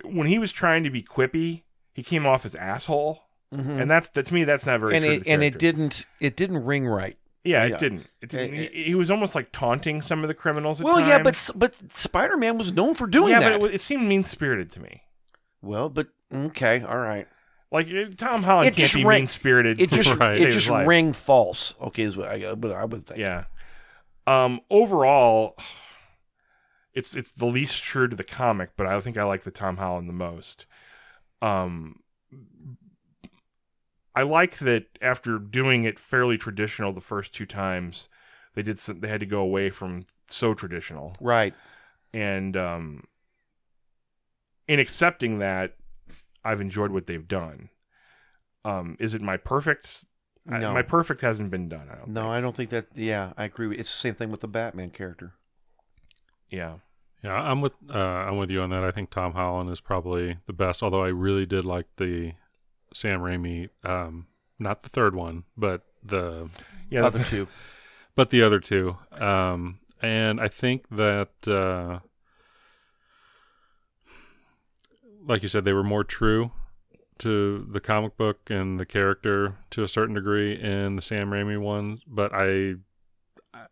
[SPEAKER 1] when he was trying to be quippy, he came off as asshole,
[SPEAKER 2] Mhm.
[SPEAKER 1] and that's that to me that's not very.
[SPEAKER 2] and
[SPEAKER 1] true to
[SPEAKER 2] it
[SPEAKER 1] the
[SPEAKER 2] and it
[SPEAKER 1] character.
[SPEAKER 2] didn't it didn't ring right.
[SPEAKER 1] Yeah,
[SPEAKER 2] Yeah.
[SPEAKER 1] it didn't. It didn't.
[SPEAKER 2] Eh, eh.
[SPEAKER 1] he, he was almost like taunting some of the criminals. At
[SPEAKER 2] Well, yeah,
[SPEAKER 1] times.
[SPEAKER 2] but s- but Spider Man was known for doing
[SPEAKER 1] yeah,
[SPEAKER 2] that.
[SPEAKER 1] but it, wa- it seemed mean spirited to me.
[SPEAKER 2] well, but okay, all right.
[SPEAKER 1] Like eh, Tom Holland
[SPEAKER 2] It
[SPEAKER 1] can't
[SPEAKER 2] just
[SPEAKER 1] be
[SPEAKER 2] rang-
[SPEAKER 1] mean spirited.
[SPEAKER 2] It just
[SPEAKER 3] Right.
[SPEAKER 2] it just rang false. Okay, is what I but I would think.
[SPEAKER 1] Yeah. Um. Overall, it's it's the least true to the comic, but I think I like the Tom Holland the most. Um. I like that after doing it fairly traditional the first two times, they did some, they had to go away from so traditional.
[SPEAKER 2] Right.
[SPEAKER 1] and um, in accepting that, I've enjoyed what they've done. Um, is it my perfect? I-
[SPEAKER 2] No.
[SPEAKER 1] my perfect hasn't been done. I don't
[SPEAKER 2] No, I don't think that. Yeah, I agree. with It's the same thing with the Batman character.
[SPEAKER 1] Yeah.
[SPEAKER 3] Yeah, I'm with uh, I'm with you on that. I think Tom Holland is probably the best. Although I really did like the Sam Raimi, um, not the third one, but the
[SPEAKER 1] Yeah.
[SPEAKER 2] Other two.
[SPEAKER 3] but the other two. Um, and I think that, uh, like you said, they were more true to the comic book and the character to a certain degree in the Sam Raimi ones. But I, I-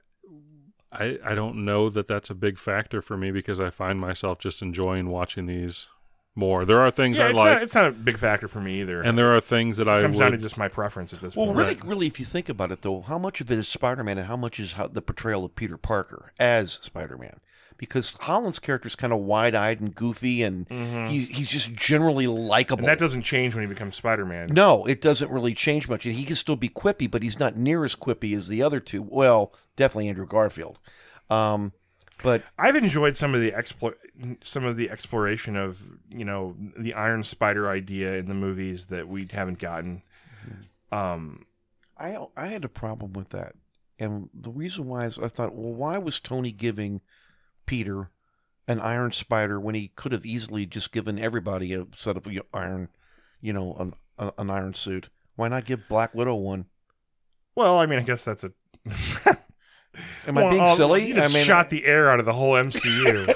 [SPEAKER 3] I, I don't know that that's a big factor for me because I find myself just enjoying watching these more. There are things
[SPEAKER 1] Yeah,
[SPEAKER 3] I
[SPEAKER 1] it's,
[SPEAKER 3] like,
[SPEAKER 1] not, it's not a big factor for me either.
[SPEAKER 3] and there are things that I
[SPEAKER 1] it comes down to
[SPEAKER 3] would.
[SPEAKER 1] just my preference at this
[SPEAKER 2] Well,
[SPEAKER 1] point.
[SPEAKER 2] really, really, if you think about it, though, how much of it is Spider-Man, and how much is how, the portrayal of Peter Parker as Spider-Man? Because Holland's character is kind of wide-eyed and goofy, and he, he's just generally likable.
[SPEAKER 1] Mm-hmm. And that doesn't change when he becomes Spider Man.
[SPEAKER 2] No, it doesn't really change much. And he can still be quippy, but he's not near as quippy as the other two. Well, definitely Andrew Garfield. Um, but
[SPEAKER 1] I've enjoyed some of the explo- some of the exploration of you know the Iron Spider idea in the movies that we haven't gotten.
[SPEAKER 2] Mm-hmm.
[SPEAKER 1] Um,
[SPEAKER 2] I I had a problem with that, and the reason why is I thought, well, why was Tony giving Peter an Iron Spider when he could have easily just given everybody a set of you know, iron, you know, an a- an iron suit? Why not give Black Widow one?
[SPEAKER 1] well, I mean, I guess that's a.
[SPEAKER 2] Am I being silly?
[SPEAKER 1] uh, You just
[SPEAKER 2] I mean, uh,
[SPEAKER 1] shot the air out of the whole MCU.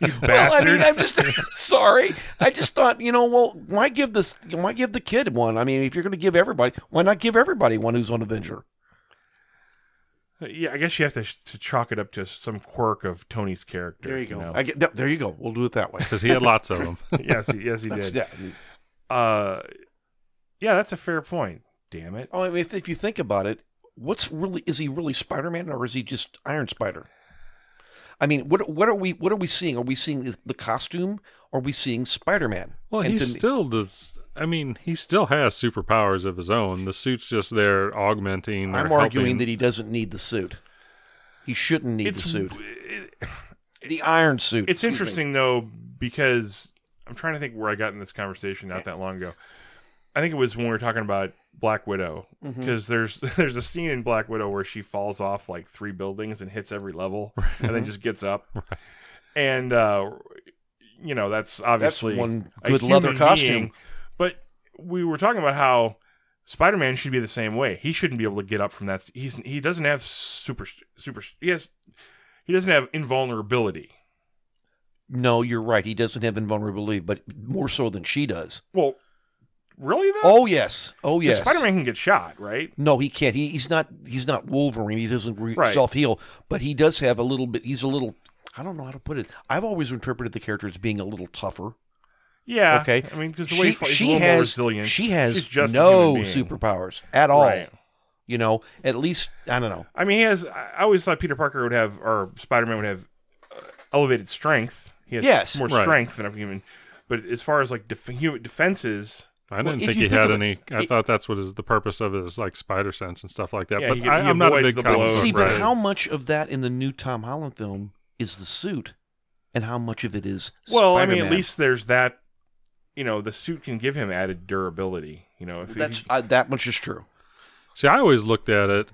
[SPEAKER 1] you bastard.
[SPEAKER 2] Well, I mean, I'm just sorry. I just thought, you know, well, why give this? Why give the kid one? I mean, if you're going to give everybody, why not give everybody one who's on Avenger?
[SPEAKER 1] yeah, I guess you have to, to chalk it up to some quirk of Tony's character. know?
[SPEAKER 2] I get, th- there you go. We'll do it that way.
[SPEAKER 3] Because he had lots of them.
[SPEAKER 1] yes, he, yes, he
[SPEAKER 2] That's-
[SPEAKER 1] did.
[SPEAKER 2] yeah.
[SPEAKER 1] Uh, yeah, that's a fair point. Damn it.
[SPEAKER 2] Oh, I mean, if, if you think about it, what's really is he really Spider Man or is he just Iron Spider? I mean, what what are we what are we seeing? Are we seeing the costume? Are we seeing Spider Man?
[SPEAKER 3] Well, he still does. I mean, he still has superpowers of his own. The suit's just there augmenting. or
[SPEAKER 2] I'm arguing
[SPEAKER 3] helping.
[SPEAKER 2] that he doesn't need the suit. He shouldn't need the suit.
[SPEAKER 1] it-
[SPEAKER 2] The Iron suit.
[SPEAKER 1] It's
[SPEAKER 2] excuse me.
[SPEAKER 1] interesting though because I'm trying to think where I got in this conversation not that long ago. I think it was when we were talking about Black Widow
[SPEAKER 2] Mm-hmm. Hmm.
[SPEAKER 1] because there's there's a scene in Black Widow where she falls off like three buildings and hits every level and then just gets up. And uh you know, that's obviously
[SPEAKER 2] one
[SPEAKER 1] a
[SPEAKER 2] good leather
[SPEAKER 1] human
[SPEAKER 2] costume.
[SPEAKER 1] being, but we were talking about how Spider-Man should be the same way. He shouldn't be able to get up from that. He's he doesn't have super super he has he doesn't have invulnerability.
[SPEAKER 2] No, you're right. He doesn't have invulnerability, but more so than she does.
[SPEAKER 1] Well, really though?
[SPEAKER 2] Oh yes. Oh yes.
[SPEAKER 1] Spider Man can get shot, right?
[SPEAKER 2] No, he can't. He, he's not. He's not Wolverine. He doesn't re-
[SPEAKER 1] Right.
[SPEAKER 2] self heal, but he does have a little bit. He's a little. I don't know how to put it. I've always interpreted the character as being a little tougher.
[SPEAKER 1] Yeah.
[SPEAKER 2] Okay.
[SPEAKER 1] I mean, because the way he fights, he's a
[SPEAKER 2] she
[SPEAKER 1] little more
[SPEAKER 2] has
[SPEAKER 1] resilient.
[SPEAKER 2] she has
[SPEAKER 1] She's just a
[SPEAKER 2] no
[SPEAKER 1] human being.
[SPEAKER 2] superpowers at all.
[SPEAKER 1] Right.
[SPEAKER 2] You know, at least I don't know.
[SPEAKER 1] I mean, he has. I I always thought Peter Parker would have, or Spider Man would have, uh, elevated strength. He has
[SPEAKER 2] Yes.
[SPEAKER 1] more
[SPEAKER 3] Right.
[SPEAKER 1] strength than a human. But as far as like def- human defenses,
[SPEAKER 3] I didn't
[SPEAKER 2] Well, if
[SPEAKER 3] think
[SPEAKER 2] you
[SPEAKER 3] he
[SPEAKER 2] think of
[SPEAKER 3] had
[SPEAKER 2] it-
[SPEAKER 3] any. I
[SPEAKER 2] it-
[SPEAKER 3] thought that's what is the purpose of it is like spider sense and stuff like that.
[SPEAKER 1] Yeah,
[SPEAKER 3] but
[SPEAKER 1] he get-
[SPEAKER 3] I,
[SPEAKER 1] he
[SPEAKER 3] I'm not a
[SPEAKER 1] avoids
[SPEAKER 3] big
[SPEAKER 1] the
[SPEAKER 3] comic
[SPEAKER 1] blows,
[SPEAKER 3] book
[SPEAKER 2] See,
[SPEAKER 1] right.
[SPEAKER 2] but how much of that in the new Tom Holland film is the suit, and how much of it is
[SPEAKER 1] well, I mean,
[SPEAKER 2] Spider-Man?
[SPEAKER 1] at least there's that. You know, the suit can give him added durability. You know, if he-
[SPEAKER 2] that's uh, that much is true.
[SPEAKER 3] See, I always looked at it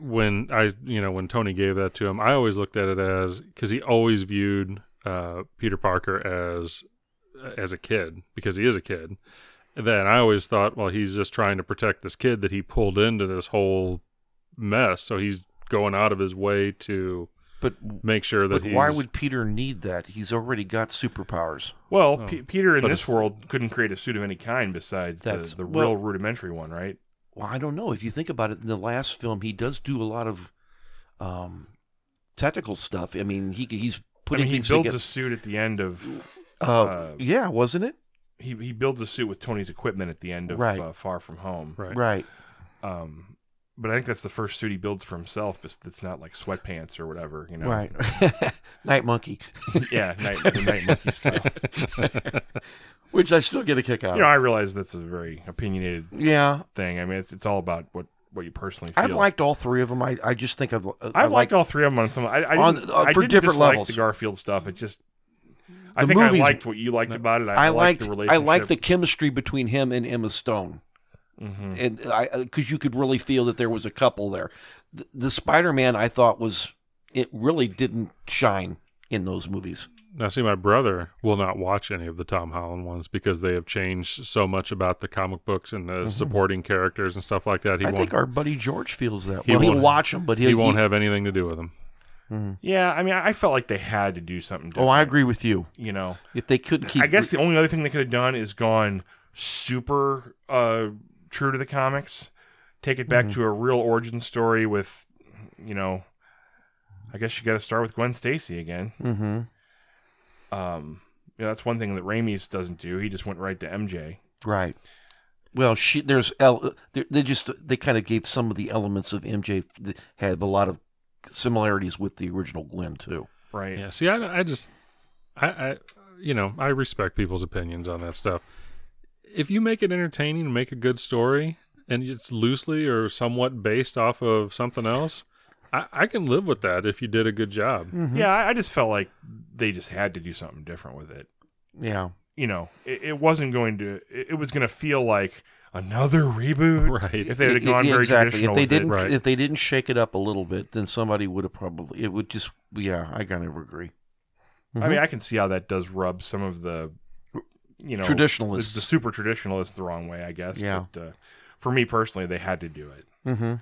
[SPEAKER 3] when I, you know, when Tony gave that to him. I always looked at it as because he always viewed uh, Peter Parker as as a kid because he is a kid. Then I always thought, well, he's just trying to protect this kid that he pulled into this whole mess. So he's going out of his way to
[SPEAKER 2] But
[SPEAKER 3] make sure that
[SPEAKER 2] but
[SPEAKER 3] he's.
[SPEAKER 2] why would Peter need that? He's already got superpowers.
[SPEAKER 1] well,
[SPEAKER 3] Oh.
[SPEAKER 1] P- Peter in
[SPEAKER 3] But
[SPEAKER 1] this
[SPEAKER 3] it's-
[SPEAKER 1] world couldn't create a suit of any kind besides the,
[SPEAKER 2] That's-
[SPEAKER 1] the
[SPEAKER 2] well-
[SPEAKER 1] real rudimentary one, right?
[SPEAKER 2] Well, I don't know. If you think about it, in the last film, he does do a lot of um, technical stuff. I mean, he he's
[SPEAKER 1] I
[SPEAKER 2] putting
[SPEAKER 1] mean, he
[SPEAKER 2] things
[SPEAKER 1] builds
[SPEAKER 2] together.
[SPEAKER 1] a suit at the end of
[SPEAKER 2] uh,
[SPEAKER 1] uh,
[SPEAKER 2] yeah, wasn't it?
[SPEAKER 1] he he builds a suit with Tony's equipment at the end of
[SPEAKER 2] Right.
[SPEAKER 1] uh, Far From Home.
[SPEAKER 3] Right.
[SPEAKER 2] Right.
[SPEAKER 1] Um, but I think that's the first suit he builds for himself. But it's not like sweatpants or whatever, you know.
[SPEAKER 2] Right. Night Monkey,
[SPEAKER 1] Yeah, night, the night monkey style.
[SPEAKER 2] which I still get a kick out
[SPEAKER 1] You know,
[SPEAKER 2] of.
[SPEAKER 1] I realize that's a very opinionated
[SPEAKER 2] Yeah.
[SPEAKER 1] thing. I mean, it's it's all about what what you personally. Feel.
[SPEAKER 2] I've liked all three of them. I, I just think I've, uh, I
[SPEAKER 1] I've
[SPEAKER 2] like
[SPEAKER 1] liked all three of them on some. I, I
[SPEAKER 2] On-
[SPEAKER 1] didn't,
[SPEAKER 2] uh,
[SPEAKER 1] I
[SPEAKER 2] for
[SPEAKER 1] didn't
[SPEAKER 2] different
[SPEAKER 1] dislike
[SPEAKER 2] levels.
[SPEAKER 1] The Garfield stuff. It just. I
[SPEAKER 2] The
[SPEAKER 1] think
[SPEAKER 2] movies-
[SPEAKER 1] I liked what you liked about it. I,
[SPEAKER 2] I
[SPEAKER 1] liked
[SPEAKER 2] liked
[SPEAKER 1] the
[SPEAKER 2] I
[SPEAKER 1] relationship.
[SPEAKER 2] liked the chemistry between him and Emma Stone.
[SPEAKER 1] Mhm.
[SPEAKER 2] and I because you could really feel that there was a couple there. The, the Spider Man I thought was it really didn't shine in those movies.
[SPEAKER 3] Now, see, my brother will not watch any of the Tom Holland ones because they have changed so much about the comic books and the supporting characters and stuff like that. He
[SPEAKER 2] Mm-hmm. I
[SPEAKER 3] won't.
[SPEAKER 2] think our buddy George feels that.
[SPEAKER 3] He
[SPEAKER 2] well, he'll
[SPEAKER 3] won't-
[SPEAKER 2] watch them, but he'll,
[SPEAKER 3] he won't have anything to do with them.
[SPEAKER 1] Yeah, I mean, I felt like they had to do something.
[SPEAKER 2] Oh,
[SPEAKER 1] Different,
[SPEAKER 2] I agree with you.
[SPEAKER 1] You know,
[SPEAKER 2] If they couldn't keep,
[SPEAKER 1] I guess the only other thing they could have done is gone super uh, true to the
[SPEAKER 2] Mm-hmm.
[SPEAKER 1] comics, take it back to a real origin story with, you know, I I guess you got to start with Gwen Stacy again.
[SPEAKER 2] Mm-hmm.
[SPEAKER 1] Um, you know, that's one thing that Raimi's doesn't do. He just went right to MJ.
[SPEAKER 2] Right. Well, she there's L. They, they just they kind of gave some of the elements of MJ that have a lot of similarities with the original Gwen too.
[SPEAKER 1] Right.
[SPEAKER 3] Yeah. See, I, I just, I, I, you know, I respect people's opinions on that stuff. If you make it entertaining and make a good story, and it's loosely or somewhat based off of something else, I, I can live with that if you did a good job.
[SPEAKER 2] Mm-hmm.
[SPEAKER 1] Yeah, I, I just felt like they just had to do something different with it.
[SPEAKER 2] Yeah.
[SPEAKER 1] You know, it, it wasn't going to. It, it was going to feel like another reboot.
[SPEAKER 3] Right.
[SPEAKER 1] If they had
[SPEAKER 2] Yeah,
[SPEAKER 1] gone
[SPEAKER 2] yeah,
[SPEAKER 1] very
[SPEAKER 2] exactly.
[SPEAKER 1] traditional,
[SPEAKER 2] If they
[SPEAKER 1] with it.
[SPEAKER 2] didn't,
[SPEAKER 3] right.
[SPEAKER 2] if they didn't shake it up a little bit, then somebody would have probably. It would just. Yeah, I kind of agree.
[SPEAKER 1] I mean, I can see how that does rub some of the, you know, the, the
[SPEAKER 2] Traditionalists.
[SPEAKER 1] super traditionalists the wrong way, I guess.
[SPEAKER 2] Yeah.
[SPEAKER 1] But, uh, for me personally, they had to do it.
[SPEAKER 2] mm-hmm.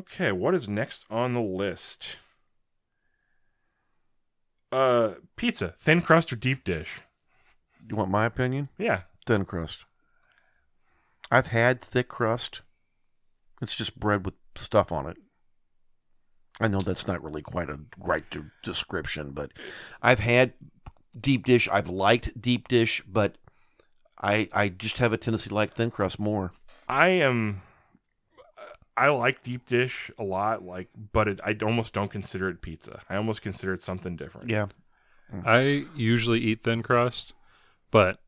[SPEAKER 1] Okay, what is next on the list? Uh, pizza, thin crust or deep dish?
[SPEAKER 2] You want my opinion?
[SPEAKER 1] Yeah,
[SPEAKER 2] Thin crust. I've had thick crust. It's just bread with stuff on it. I know that's not really quite a right de- description, but I've had deep dish. I've liked deep dish, but I I just have a tendency to like thin crust more.
[SPEAKER 1] I am. I like deep dish a lot, like, but it, I almost don't consider it pizza. I almost consider it something different.
[SPEAKER 2] Yeah.
[SPEAKER 3] I usually eat thin crust, but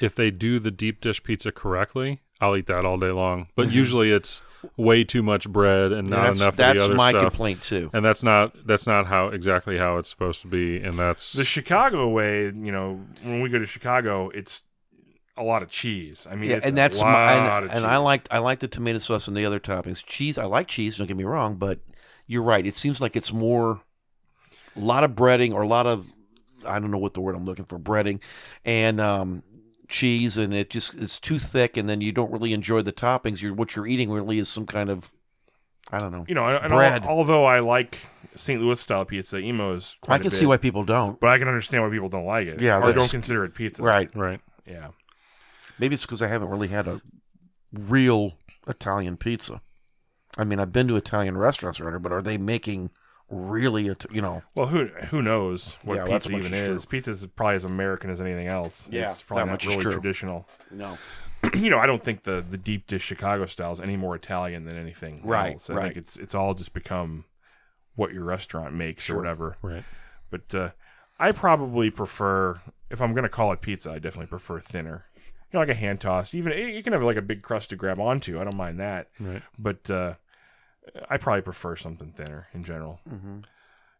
[SPEAKER 3] if they do the deep dish pizza correctly, I'll eat that all day long. But usually it's way too much bread and not
[SPEAKER 2] that's
[SPEAKER 3] enough
[SPEAKER 2] that's
[SPEAKER 3] of the other
[SPEAKER 2] my
[SPEAKER 3] stuff.
[SPEAKER 2] complaint too.
[SPEAKER 3] And that's not that's not how exactly how it's supposed to be. And that's
[SPEAKER 1] The Chicago way, you know, when we go to Chicago, it's a lot of cheese. I mean,
[SPEAKER 2] yeah,
[SPEAKER 1] it's
[SPEAKER 2] and
[SPEAKER 1] a
[SPEAKER 2] that's my
[SPEAKER 1] lot
[SPEAKER 2] and,
[SPEAKER 1] of cheese.
[SPEAKER 2] and I liked I like the tomato sauce and the other toppings. Cheese, I like cheese. Don't get me wrong, but you're right. It seems like it's more a lot of breading or a lot of I don't know what the word I'm looking for breading and um, cheese, and it just it's too thick, and then you don't really enjoy the toppings. You're what you're eating really is some kind of I don't know.
[SPEAKER 1] you know, and, and
[SPEAKER 2] bread.
[SPEAKER 1] al- although I like St. Louis style pizza, emo's quite
[SPEAKER 2] I
[SPEAKER 1] a
[SPEAKER 2] can
[SPEAKER 1] bit,
[SPEAKER 2] see why people don't.
[SPEAKER 1] but I can understand why people don't like it.
[SPEAKER 2] Yeah,
[SPEAKER 1] or
[SPEAKER 2] that's-
[SPEAKER 1] don't consider it pizza.
[SPEAKER 2] Right?
[SPEAKER 3] right.
[SPEAKER 1] Yeah.
[SPEAKER 2] Maybe it's because I haven't really had a real Italian pizza. I mean, I've been to Italian restaurants around here, but are they making really, It- you know?
[SPEAKER 1] Well, who who knows what
[SPEAKER 2] Yeah, well, that's
[SPEAKER 1] pizza
[SPEAKER 2] much
[SPEAKER 1] even
[SPEAKER 2] is
[SPEAKER 1] is? Pizza is probably as American as anything else.
[SPEAKER 2] Yeah,
[SPEAKER 1] it's probably
[SPEAKER 2] that
[SPEAKER 1] not
[SPEAKER 2] much is
[SPEAKER 1] really
[SPEAKER 2] true.
[SPEAKER 1] traditional.
[SPEAKER 2] No.
[SPEAKER 1] you know, I don't think the the deep dish Chicago style is any more Italian than anything
[SPEAKER 2] Right,
[SPEAKER 1] else. I
[SPEAKER 2] right.
[SPEAKER 1] think it's it's all just become what your restaurant makes
[SPEAKER 2] Sure.
[SPEAKER 1] or whatever.
[SPEAKER 3] Right.
[SPEAKER 1] But uh, I probably prefer if I'm going to call it pizza, I definitely prefer thinner. You know, like a hand tossed. Even eh, you can have like a big crust to grab onto. I don't mind that,
[SPEAKER 3] Right.
[SPEAKER 1] but uh, I probably prefer something thinner in general.
[SPEAKER 2] hmm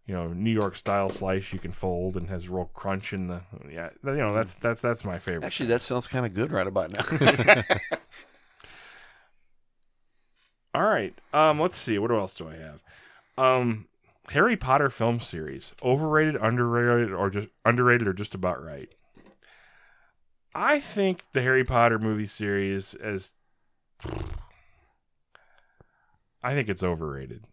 [SPEAKER 1] you know New York style slice you can fold and has real crunch in the yeah you know that's that's that's my favorite.
[SPEAKER 2] Actually, that sounds kind of good right about now.
[SPEAKER 1] all right. Um, let's see what else do I have? Um, Harry Potter film series overrated, underrated, or just underrated or just about right. I think the Harry Potter movie series as I think it's overrated.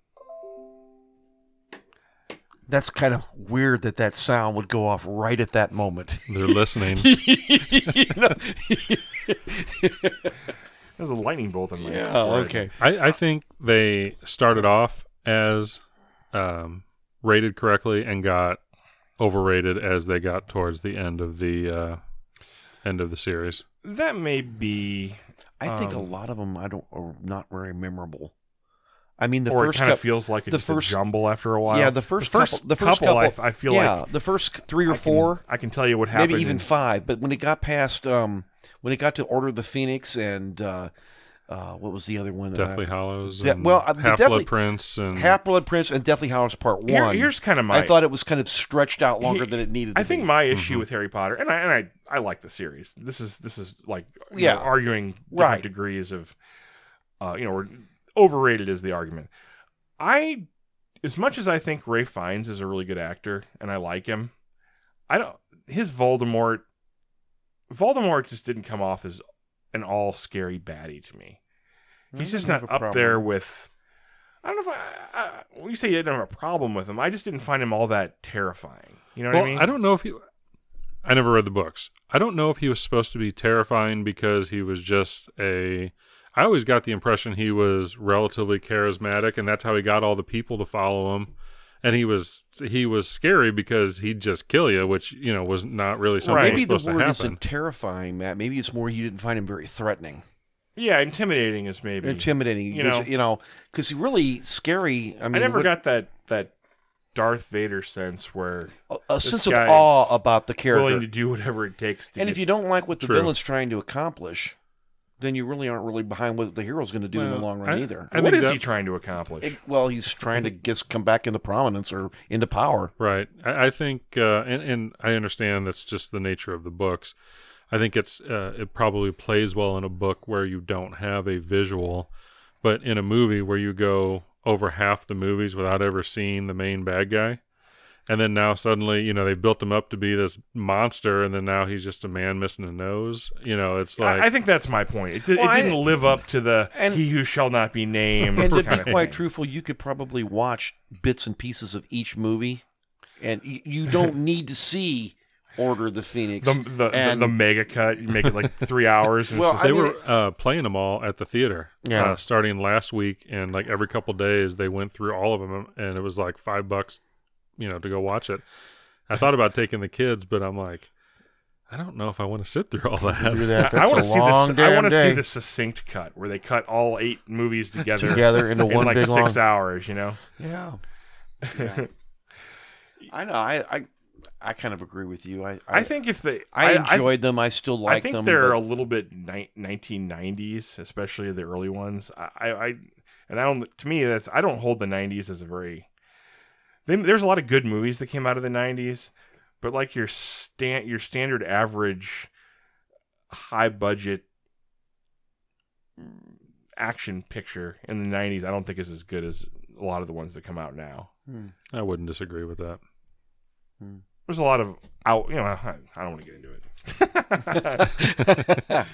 [SPEAKER 2] That's kind of weird that that sound would go off right at that moment.
[SPEAKER 3] They're listening.
[SPEAKER 2] You know?
[SPEAKER 1] There's a lightning bolt in my
[SPEAKER 2] yeah.
[SPEAKER 1] forehead.
[SPEAKER 2] Okay.
[SPEAKER 3] I, I think they started off as um, rated correctly and got overrated as they got towards the end of the uh, end of the series.
[SPEAKER 1] That may be
[SPEAKER 2] I think a
[SPEAKER 1] Um,
[SPEAKER 2] lot of them I don't are not very memorable. I mean, the
[SPEAKER 1] or it
[SPEAKER 2] first
[SPEAKER 1] kind
[SPEAKER 2] cou-
[SPEAKER 1] of feels like it's
[SPEAKER 2] the
[SPEAKER 1] just a
[SPEAKER 2] firf-
[SPEAKER 1] jumble after a while.
[SPEAKER 2] yeah, the first, couple, the first
[SPEAKER 1] couple,
[SPEAKER 2] couple,
[SPEAKER 1] I, I feel
[SPEAKER 2] yeah,
[SPEAKER 1] like
[SPEAKER 2] the first three or
[SPEAKER 1] I can-
[SPEAKER 2] four.
[SPEAKER 1] I can tell you what happened.
[SPEAKER 2] maybe even
[SPEAKER 1] in-
[SPEAKER 2] five. But when it got past, um, when it got to Order of the Phoenix and uh, uh, what was the other one? that I-
[SPEAKER 3] Deathly Hollows.
[SPEAKER 2] That-
[SPEAKER 3] and
[SPEAKER 2] well, uh, the
[SPEAKER 3] Half
[SPEAKER 2] Deathly-
[SPEAKER 3] Blood Prince and
[SPEAKER 2] Half Blood Prince and Deathly Hallows Part One.
[SPEAKER 1] Here- here's kind of my.
[SPEAKER 2] I thought it was kind of stretched out longer
[SPEAKER 1] He-
[SPEAKER 2] than it needed. to
[SPEAKER 1] I think
[SPEAKER 2] be.
[SPEAKER 1] my issue with Harry Potter, and I and I, I like the series. This is this is like you
[SPEAKER 2] Yeah.
[SPEAKER 1] know, arguing different
[SPEAKER 2] Right.
[SPEAKER 1] degrees of, uh, you know, or- overrated is the argument. I, as much as I think Ray Fiennes is a really good actor and I like him, I don't his Voldemort. Voldemort just didn't come off as an all scary baddie to me.
[SPEAKER 2] Mm,
[SPEAKER 1] He's just not up there with. I don't know if I, I, I. You say you didn't have a problem with him. I just didn't find him all that terrifying. You know what
[SPEAKER 3] well,
[SPEAKER 1] I mean?
[SPEAKER 3] don't know if he. I never read the books. I don't know if he was supposed to be terrifying because he was just a. I always got the impression he was relatively charismatic, and that's how he got all the people to follow him. and he was he was scary because he'd just kill you, which you know was not really something
[SPEAKER 1] Right.
[SPEAKER 3] that
[SPEAKER 2] Maybe the
[SPEAKER 3] was supposed to
[SPEAKER 2] word
[SPEAKER 3] happen.
[SPEAKER 2] isn't terrifying, Matt. Maybe it's more you didn't find him very threatening,
[SPEAKER 1] Yeah, intimidating is maybe.
[SPEAKER 2] intimidating.
[SPEAKER 1] You
[SPEAKER 2] You know,
[SPEAKER 1] know.
[SPEAKER 2] you know, because he really scary. I mean,
[SPEAKER 1] I never
[SPEAKER 2] what-
[SPEAKER 1] got that that Darth Vader sense where
[SPEAKER 2] a, a sense of
[SPEAKER 1] guy is
[SPEAKER 2] awe about the character.
[SPEAKER 1] willing to do whatever it takes to.
[SPEAKER 2] and
[SPEAKER 1] get
[SPEAKER 2] if you don't like what the
[SPEAKER 3] True.
[SPEAKER 2] villain's trying to accomplish, then you really aren't really behind what the hero's going to do in the
[SPEAKER 3] Well,
[SPEAKER 2] long run
[SPEAKER 3] I-
[SPEAKER 2] either.
[SPEAKER 3] I
[SPEAKER 1] what
[SPEAKER 3] think
[SPEAKER 1] is
[SPEAKER 3] that-
[SPEAKER 1] he trying to accomplish?
[SPEAKER 2] It- well, he's trying to just come back into prominence or into power.
[SPEAKER 3] Right. I, I think, uh, and, and I understand that's just the nature of the books. I think it's uh, it probably plays well in a book where you don't have a visual, but in a movie where you go over half the movies without ever seeing the main bad guy, and then now suddenly you know they built him up to be this monster, and then now he's just a man missing a nose. You know, it's like
[SPEAKER 1] I, I think that's my point. It, di-
[SPEAKER 2] Well,
[SPEAKER 1] it
[SPEAKER 2] I-
[SPEAKER 1] didn't live up to the
[SPEAKER 2] and-
[SPEAKER 1] "he who shall not be named"
[SPEAKER 2] And to
[SPEAKER 1] kind of
[SPEAKER 2] be quite
[SPEAKER 1] thing.
[SPEAKER 2] truthful, you could probably watch bits and pieces of each movie, and you, you don't need to see Order of the Phoenix.
[SPEAKER 1] The, the, the,
[SPEAKER 2] and-
[SPEAKER 1] the mega cut, you make it like three hours. And
[SPEAKER 2] Well,
[SPEAKER 1] it's
[SPEAKER 2] I
[SPEAKER 1] just,
[SPEAKER 3] they
[SPEAKER 2] mean,
[SPEAKER 3] were uh, playing them all at the theater.
[SPEAKER 2] Yeah.
[SPEAKER 3] Uh, starting last week, and like every couple days, they went through all of them, and it was like five bucks, you know, to go watch it. I thought about taking the kids, but I'm like, I don't know if I want to sit through all that.
[SPEAKER 2] Do
[SPEAKER 1] I-
[SPEAKER 2] that.
[SPEAKER 1] I
[SPEAKER 2] That's
[SPEAKER 1] want to
[SPEAKER 2] a
[SPEAKER 1] see
[SPEAKER 2] long
[SPEAKER 1] this. I want to
[SPEAKER 2] damn
[SPEAKER 1] see
[SPEAKER 2] day.
[SPEAKER 1] the succinct cut where they cut all eight movies together,
[SPEAKER 2] together into
[SPEAKER 1] in
[SPEAKER 2] one
[SPEAKER 1] like
[SPEAKER 2] big
[SPEAKER 1] six
[SPEAKER 2] long.
[SPEAKER 1] hours. You know,
[SPEAKER 2] Yeah. Yeah. I know. I, I I kind of agree with you. I
[SPEAKER 1] I, think if they,
[SPEAKER 2] I, enjoyed them. I still
[SPEAKER 1] I
[SPEAKER 2] like
[SPEAKER 1] think
[SPEAKER 2] them.
[SPEAKER 1] they're
[SPEAKER 2] but-
[SPEAKER 1] a little bit ni- 1990s, especially the early ones. I, I, I and I don't. To me, that's I don't hold the 90s as a very. They, there's a lot of good movies that came out of the 90s, but like your stan your standard average, high budget action picture in the 90s, I don't think is as good as a lot of the ones that come out now.
[SPEAKER 2] Hmm.
[SPEAKER 3] I wouldn't disagree with that.
[SPEAKER 1] There's a lot of out. You know, I, I don't want to get into it. I don't
[SPEAKER 2] That's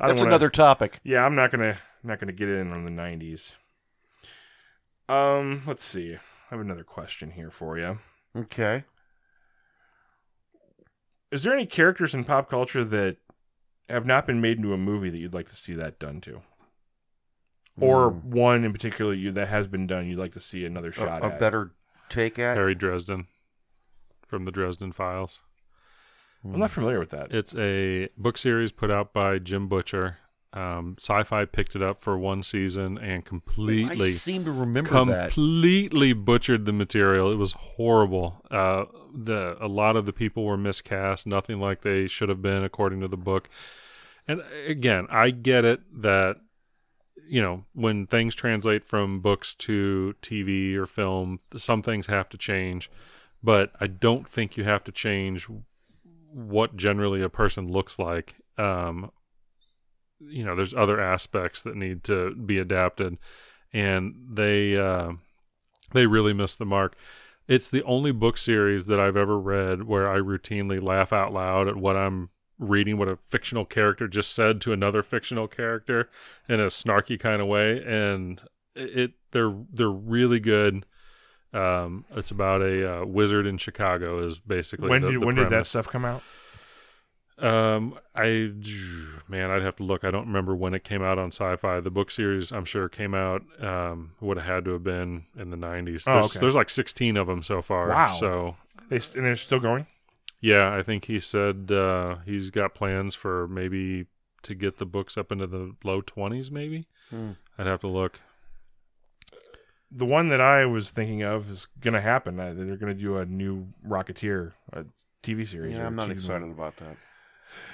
[SPEAKER 1] wanna-
[SPEAKER 2] another topic.
[SPEAKER 1] Yeah, I'm not gonna not gonna get in on the '90s. Um, let's see. I have another question here for you.
[SPEAKER 2] Okay.
[SPEAKER 1] Is there any characters in pop culture that have not been made into a movie that you'd like to see that done to, or
[SPEAKER 2] Hmm.
[SPEAKER 1] one in particular you that has been done you'd like to see another shot
[SPEAKER 2] a, a
[SPEAKER 1] at?
[SPEAKER 2] better take at.
[SPEAKER 3] Harry Dresden from the Dresden Files.
[SPEAKER 2] Hmm.
[SPEAKER 1] I'm not familiar with that.
[SPEAKER 3] It's a book series put out by Jim Butcher. Um, sci-fi picked it up for one season and
[SPEAKER 2] I
[SPEAKER 3] completely
[SPEAKER 2] seem to remember that.
[SPEAKER 3] completely butchered the material. It was horrible. Uh, the a lot of the people were miscast, nothing like they should have been according to the book. And again, I get it that you know when things translate from books to TV or film, some things have to change, but I don't think you have to change what generally a person looks like. Um, you know, there's other aspects that need to be adapted, and they uh, they really missed the mark. It's the only book series that I've ever read where I routinely laugh out loud at what I'm reading, what a fictional character just said to another fictional character in a snarky kind of way, and it, it they're they're really good. Um, it's about a uh, wizard in Chicago is basically
[SPEAKER 1] when
[SPEAKER 3] the-
[SPEAKER 1] did
[SPEAKER 3] the
[SPEAKER 1] when did that
[SPEAKER 3] premise.
[SPEAKER 1] stuff come out?
[SPEAKER 3] Um, I man, I'd have to look. I don't remember when it came out on Sci-Fi. The book series, I'm sure, came out. Um, would have had to have been in the 90s.
[SPEAKER 1] Oh,
[SPEAKER 3] There's,
[SPEAKER 1] okay.
[SPEAKER 3] there's like 16 of them so far.
[SPEAKER 1] Wow.
[SPEAKER 3] So
[SPEAKER 1] They s- and they're still going.
[SPEAKER 3] yeah, I think he said uh, he's got plans for maybe to get the books up into the low 20s. Maybe
[SPEAKER 2] Hmm.
[SPEAKER 3] I'd have to look.
[SPEAKER 1] The one that I was thinking of is gonna happen. Uh, They're gonna do a new Rocketeer uh TV series. or
[SPEAKER 2] Yeah, I'm not
[SPEAKER 1] TV
[SPEAKER 2] excited
[SPEAKER 1] movie.
[SPEAKER 2] about that.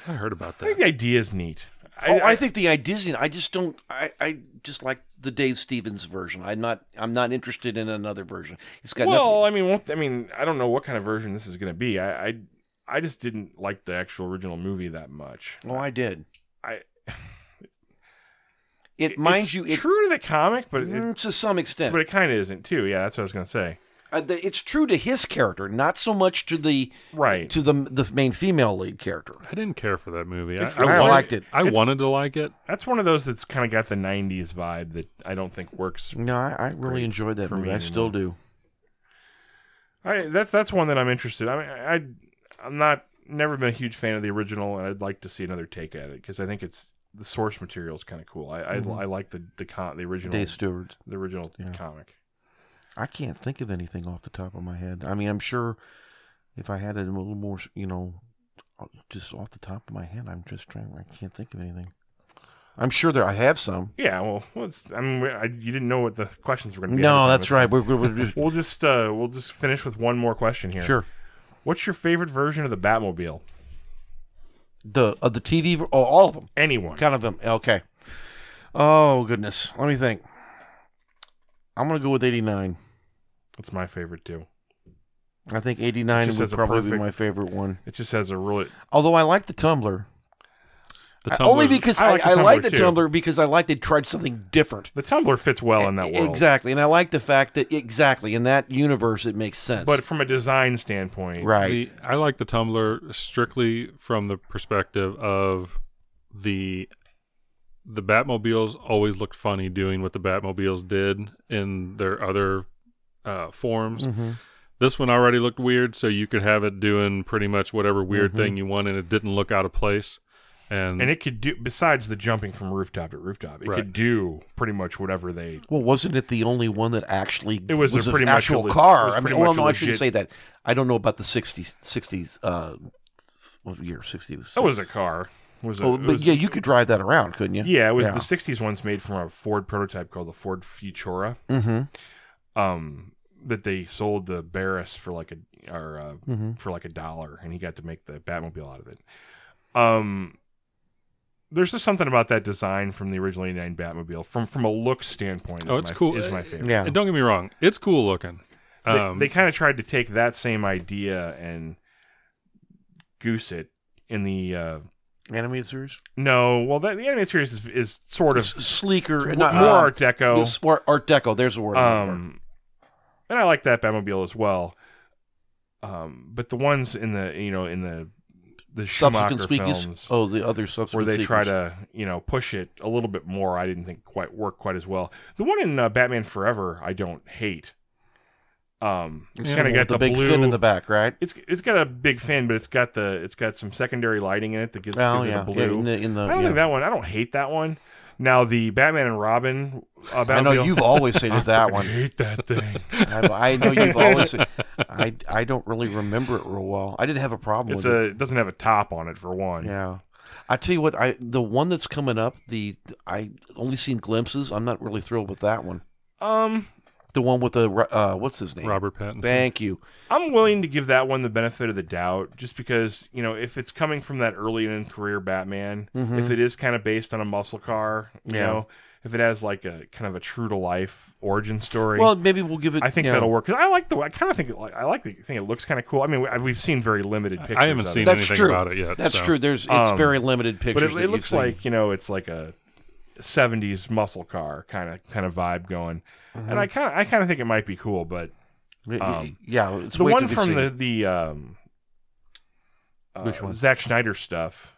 [SPEAKER 3] I heard about
[SPEAKER 1] I think
[SPEAKER 3] that.
[SPEAKER 1] the idea is neat.
[SPEAKER 2] oh, I, think the idea's in. I just don't. I, I just like the Dave Stevens version. I'm not. I'm not interested in another version. It's got
[SPEAKER 1] well, I mean, won't, I mean, I don't know what kind of version this is going to be. I, I, I just didn't like the actual original movie that much.
[SPEAKER 2] nothing. Oh, I did.
[SPEAKER 1] I-
[SPEAKER 2] It, mind
[SPEAKER 1] it's
[SPEAKER 2] you, it,
[SPEAKER 1] true to the comic, but it,
[SPEAKER 2] mm, to some extent,
[SPEAKER 1] but it kind of isn't too. Yeah, that's what I was going to say.
[SPEAKER 2] Uh, the- it's true to his character, not so much to the
[SPEAKER 1] Right.
[SPEAKER 2] to the the main female lead character.
[SPEAKER 3] I didn't care for that movie.
[SPEAKER 1] It's-
[SPEAKER 2] I,
[SPEAKER 1] wanted-
[SPEAKER 2] liked it.
[SPEAKER 3] I
[SPEAKER 1] it's-
[SPEAKER 3] wanted to like it.
[SPEAKER 1] That's one of those that's kind of got the '90s vibe that I don't think works.
[SPEAKER 2] No, I, I
[SPEAKER 1] Great
[SPEAKER 2] really enjoyed that
[SPEAKER 1] for
[SPEAKER 2] movie.
[SPEAKER 1] me
[SPEAKER 2] I still do.
[SPEAKER 1] I that's that's one that I'm interested. I mean, I, I'm not never been a huge fan of the original, and I'd like to see another take at it because I think it's the source material is kind of cool. I, I I like the the con, the original
[SPEAKER 2] Dave Stewart.
[SPEAKER 1] the original
[SPEAKER 2] Mm-hmm. Yeah.
[SPEAKER 1] comic.
[SPEAKER 2] I can't think of anything off the top of my head. I mean, I'm sure if I had it a little more, you know, uh, just off the top of my head, I'm just trying. I can't think of anything. I'm sure there. I have some.
[SPEAKER 1] Yeah, well, let's, I mean, I, you didn't know what the questions were going to be. at the
[SPEAKER 2] No,
[SPEAKER 1] time.
[SPEAKER 2] that's right. We're, we're, we're just,
[SPEAKER 1] We'll just uh, we'll just finish with one more question here.
[SPEAKER 2] sure.
[SPEAKER 1] What's your favorite version of the Batmobile?
[SPEAKER 2] The of the TV, ver- oh, all of them,
[SPEAKER 1] Anyone?
[SPEAKER 2] kind of them. Okay. Oh goodness, let me think. I'm gonna go with 89.
[SPEAKER 1] That's my favorite too.
[SPEAKER 2] I think
[SPEAKER 1] It
[SPEAKER 2] 89
[SPEAKER 1] just
[SPEAKER 2] would
[SPEAKER 1] has a
[SPEAKER 2] probably be
[SPEAKER 1] perfect-
[SPEAKER 2] my favorite one.
[SPEAKER 1] It just has a really
[SPEAKER 2] Although I like the Tumbler,
[SPEAKER 3] The
[SPEAKER 2] I- only
[SPEAKER 3] Tumblr's-
[SPEAKER 2] because
[SPEAKER 1] I
[SPEAKER 2] I,
[SPEAKER 1] like the
[SPEAKER 2] I like
[SPEAKER 1] Tumbler,
[SPEAKER 2] the
[SPEAKER 1] too.
[SPEAKER 2] Tumbler because I like they tried something different.
[SPEAKER 1] the Tumblr fits well Oh, in that world.
[SPEAKER 2] E- Exactly, and I like the fact that exactly in that universe it makes sense.
[SPEAKER 1] But from a design standpoint,
[SPEAKER 2] right,
[SPEAKER 3] The, I like the Tumblr strictly from the perspective of the the Batmobiles always looked funny doing what the Batmobiles did in their other uh, forms.
[SPEAKER 2] Mhm.
[SPEAKER 3] This one already looked weird, so you could have it doing pretty much whatever weird
[SPEAKER 2] Mhm.
[SPEAKER 3] thing you want, and it didn't look out of place. And,
[SPEAKER 1] and it could do besides the jumping from rooftop to rooftop, it
[SPEAKER 3] Right.
[SPEAKER 1] could do pretty much whatever they.
[SPEAKER 2] Well, wasn't it the only one that actually
[SPEAKER 1] It was a
[SPEAKER 2] an
[SPEAKER 1] pretty much
[SPEAKER 2] actual
[SPEAKER 1] a le- it
[SPEAKER 2] car?
[SPEAKER 1] was
[SPEAKER 2] I
[SPEAKER 1] pretty
[SPEAKER 2] mean, well,
[SPEAKER 1] much a
[SPEAKER 2] no, I shouldn't
[SPEAKER 1] legit-
[SPEAKER 2] say that. I don't know about the 60s. 60s. Uh, what year? 60 was.
[SPEAKER 1] That was a car. It was a,
[SPEAKER 2] Oh,
[SPEAKER 1] it
[SPEAKER 2] but
[SPEAKER 1] was-
[SPEAKER 2] yeah, you could drive that around, couldn't you?
[SPEAKER 1] yeah, it was
[SPEAKER 2] Yeah.
[SPEAKER 1] the '60s ones made from a Ford prototype called the Ford Futura.
[SPEAKER 2] Mm-hmm.
[SPEAKER 1] Um, that they sold the Barris for like a or uh,
[SPEAKER 2] Mm-hmm.
[SPEAKER 1] for like a dollar, and he got to make the Batmobile out of it. Um, there's just something about that design from the original '89 Batmobile, from from a look standpoint. Is
[SPEAKER 3] Oh, it's
[SPEAKER 1] my,
[SPEAKER 3] cool.
[SPEAKER 1] Is my favorite.
[SPEAKER 2] Yeah.
[SPEAKER 3] and don't get me wrong, it's cool looking.
[SPEAKER 1] They-
[SPEAKER 3] Um,
[SPEAKER 1] they kind of tried to take that same idea and goose it in the uh,
[SPEAKER 2] Animated series.
[SPEAKER 1] no. Well, that, the animated series is, is sort of
[SPEAKER 2] S- sleeker,
[SPEAKER 1] w-
[SPEAKER 2] and not,
[SPEAKER 1] more
[SPEAKER 2] uh,
[SPEAKER 1] Art Deco.
[SPEAKER 2] yeah, smart Art Deco. There's a word. I'm looking
[SPEAKER 1] Um, and I like that Batmobile as well. Um, but the ones in the you know in the the
[SPEAKER 2] for.
[SPEAKER 1] Schumacher
[SPEAKER 2] subsequent speakers.
[SPEAKER 1] films
[SPEAKER 2] Oh, the other
[SPEAKER 1] where
[SPEAKER 2] subsequent.
[SPEAKER 1] they try
[SPEAKER 2] sequels.
[SPEAKER 1] to you know push it a little bit more, I didn't think quite work quite as well. The one in uh, Batman Forever, I don't hate. Um, it's
[SPEAKER 3] Yeah,
[SPEAKER 1] kind of got
[SPEAKER 2] With
[SPEAKER 1] the,
[SPEAKER 2] big
[SPEAKER 1] blue.
[SPEAKER 2] fin in the back, right?
[SPEAKER 1] it's it's got a big fin, but it's got the it's got some secondary lighting in it that gets,
[SPEAKER 2] Oh
[SPEAKER 1] gives it
[SPEAKER 2] yeah,
[SPEAKER 1] a blue.
[SPEAKER 2] yeah. In the in the.
[SPEAKER 1] I don't
[SPEAKER 2] yeah.
[SPEAKER 1] think that one. I don't hate that one. Now the Batman and Robin. Uh,
[SPEAKER 2] I know
[SPEAKER 1] Batmobile-
[SPEAKER 2] you've always
[SPEAKER 1] I
[SPEAKER 2] hated that
[SPEAKER 1] fucking
[SPEAKER 2] one.
[SPEAKER 1] Hate that thing.
[SPEAKER 2] I, I know you've always. I, I don't really remember it real well. I didn't have a problem
[SPEAKER 1] it's
[SPEAKER 2] with
[SPEAKER 1] a it doesn't have a top on it for
[SPEAKER 2] it.
[SPEAKER 1] one.
[SPEAKER 2] Yeah, I tell you what. I the one that's coming up. The I only seen glimpses. I'm not really thrilled with that one.
[SPEAKER 1] Um,
[SPEAKER 2] The one with the Ro- uh, what's his name?
[SPEAKER 3] Robert Pattinson.
[SPEAKER 2] Thank you.
[SPEAKER 1] I'm willing to give that one the benefit of the doubt, just because you know if it's coming from that early in career Batman,
[SPEAKER 2] Mhm.
[SPEAKER 1] if it is kind of based on a muscle car, you
[SPEAKER 2] Yeah.
[SPEAKER 1] know, if it has like a kind of a true to life origin story.
[SPEAKER 2] Well, maybe we'll give it.
[SPEAKER 1] I think
[SPEAKER 2] you know,
[SPEAKER 1] that'll work. 'Cause I like the. I kind of think. it- I like the thing. It looks kind of cool. I mean, we- we've seen very limited pictures.
[SPEAKER 3] I haven't
[SPEAKER 1] of
[SPEAKER 3] seen
[SPEAKER 1] it,
[SPEAKER 2] That's
[SPEAKER 3] anything
[SPEAKER 2] true.
[SPEAKER 3] about it yet.
[SPEAKER 2] That's
[SPEAKER 3] so.
[SPEAKER 2] true. There's it's
[SPEAKER 1] Um,
[SPEAKER 2] very limited
[SPEAKER 1] but
[SPEAKER 2] pictures.
[SPEAKER 1] it,
[SPEAKER 2] that
[SPEAKER 1] it
[SPEAKER 2] you've
[SPEAKER 1] looks
[SPEAKER 2] seen.
[SPEAKER 1] like you know it's like a '70s muscle car kind of kind of vibe going.
[SPEAKER 2] Mm-hmm.
[SPEAKER 1] And I kind of I kind of think it might be cool, but
[SPEAKER 2] Y- y-
[SPEAKER 1] um,
[SPEAKER 2] yeah, it's
[SPEAKER 1] the
[SPEAKER 2] way
[SPEAKER 1] one
[SPEAKER 2] to be
[SPEAKER 1] from
[SPEAKER 2] seen.
[SPEAKER 1] the the um, uh,
[SPEAKER 2] Which one?
[SPEAKER 1] Zack Schneider stuff.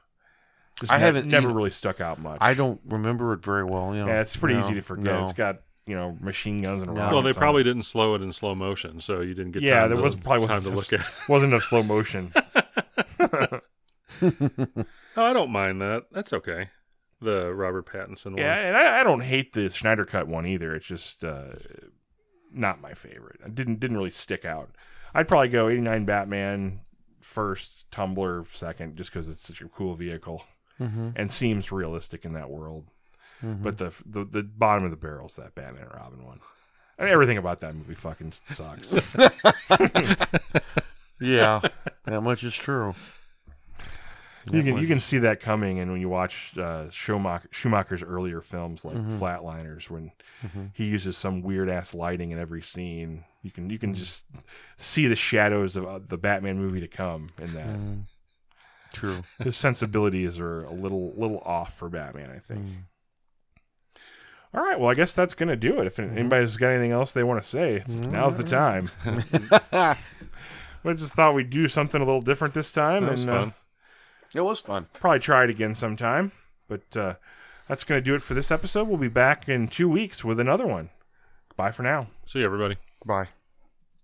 [SPEAKER 1] just
[SPEAKER 2] I
[SPEAKER 1] ne-
[SPEAKER 2] haven't-
[SPEAKER 1] never
[SPEAKER 2] you-
[SPEAKER 1] really stuck out much.
[SPEAKER 2] I don't remember it very well. You know,
[SPEAKER 1] Yeah, it's pretty
[SPEAKER 2] No,
[SPEAKER 1] easy to forget.
[SPEAKER 2] no.
[SPEAKER 1] It's got you know machine guns and
[SPEAKER 2] No.
[SPEAKER 1] rockets.
[SPEAKER 3] Well, they
[SPEAKER 1] on
[SPEAKER 3] probably
[SPEAKER 1] it.
[SPEAKER 3] didn't slow it in slow motion, so you didn't get
[SPEAKER 1] Yeah,
[SPEAKER 3] time
[SPEAKER 1] there
[SPEAKER 3] to-
[SPEAKER 1] was probably
[SPEAKER 3] time to look at. it.
[SPEAKER 1] wasn't enough slow motion.
[SPEAKER 3] Oh, I don't mind that. That's okay. The Robert Pattinson one.
[SPEAKER 1] Yeah, and I, I don't hate the Schneider cut one either. It's just uh, not my favorite. I didn't didn't really stick out. I'd probably go eighty nine Batman first, Tumblr second, just because it's such a cool vehicle
[SPEAKER 2] Mhm,
[SPEAKER 1] and seems realistic in that world.
[SPEAKER 2] mhm.
[SPEAKER 1] But the the, the bottom of the barrel is that Batman and Robin one. I mean, everything about that movie fucking sucks.
[SPEAKER 2] yeah, that much is true.
[SPEAKER 1] you can you can see that coming, and when you watch uh, Schumacher, Schumacher's earlier films like Flatliners, when he uses some weird ass lighting in every scene, you can you can just see the shadows of uh, the Batman movie to come in that.
[SPEAKER 2] Mm. True.
[SPEAKER 1] His sensibilities are a little little off for Batman, I think.
[SPEAKER 2] Mm.
[SPEAKER 1] All right, well, I guess that's gonna do it. If
[SPEAKER 3] Mm-hmm.
[SPEAKER 1] anybody's got anything else they want to say, it's, now's the time. I just thought we'd do something a little different this time,
[SPEAKER 3] That was
[SPEAKER 1] and Uh,
[SPEAKER 3] fun.
[SPEAKER 2] it was fun.
[SPEAKER 1] probably try it again sometime. But uh, that's going to do it for this episode. We'll be back in two weeks with another one. Bye for now.
[SPEAKER 3] See everybody.
[SPEAKER 2] Bye.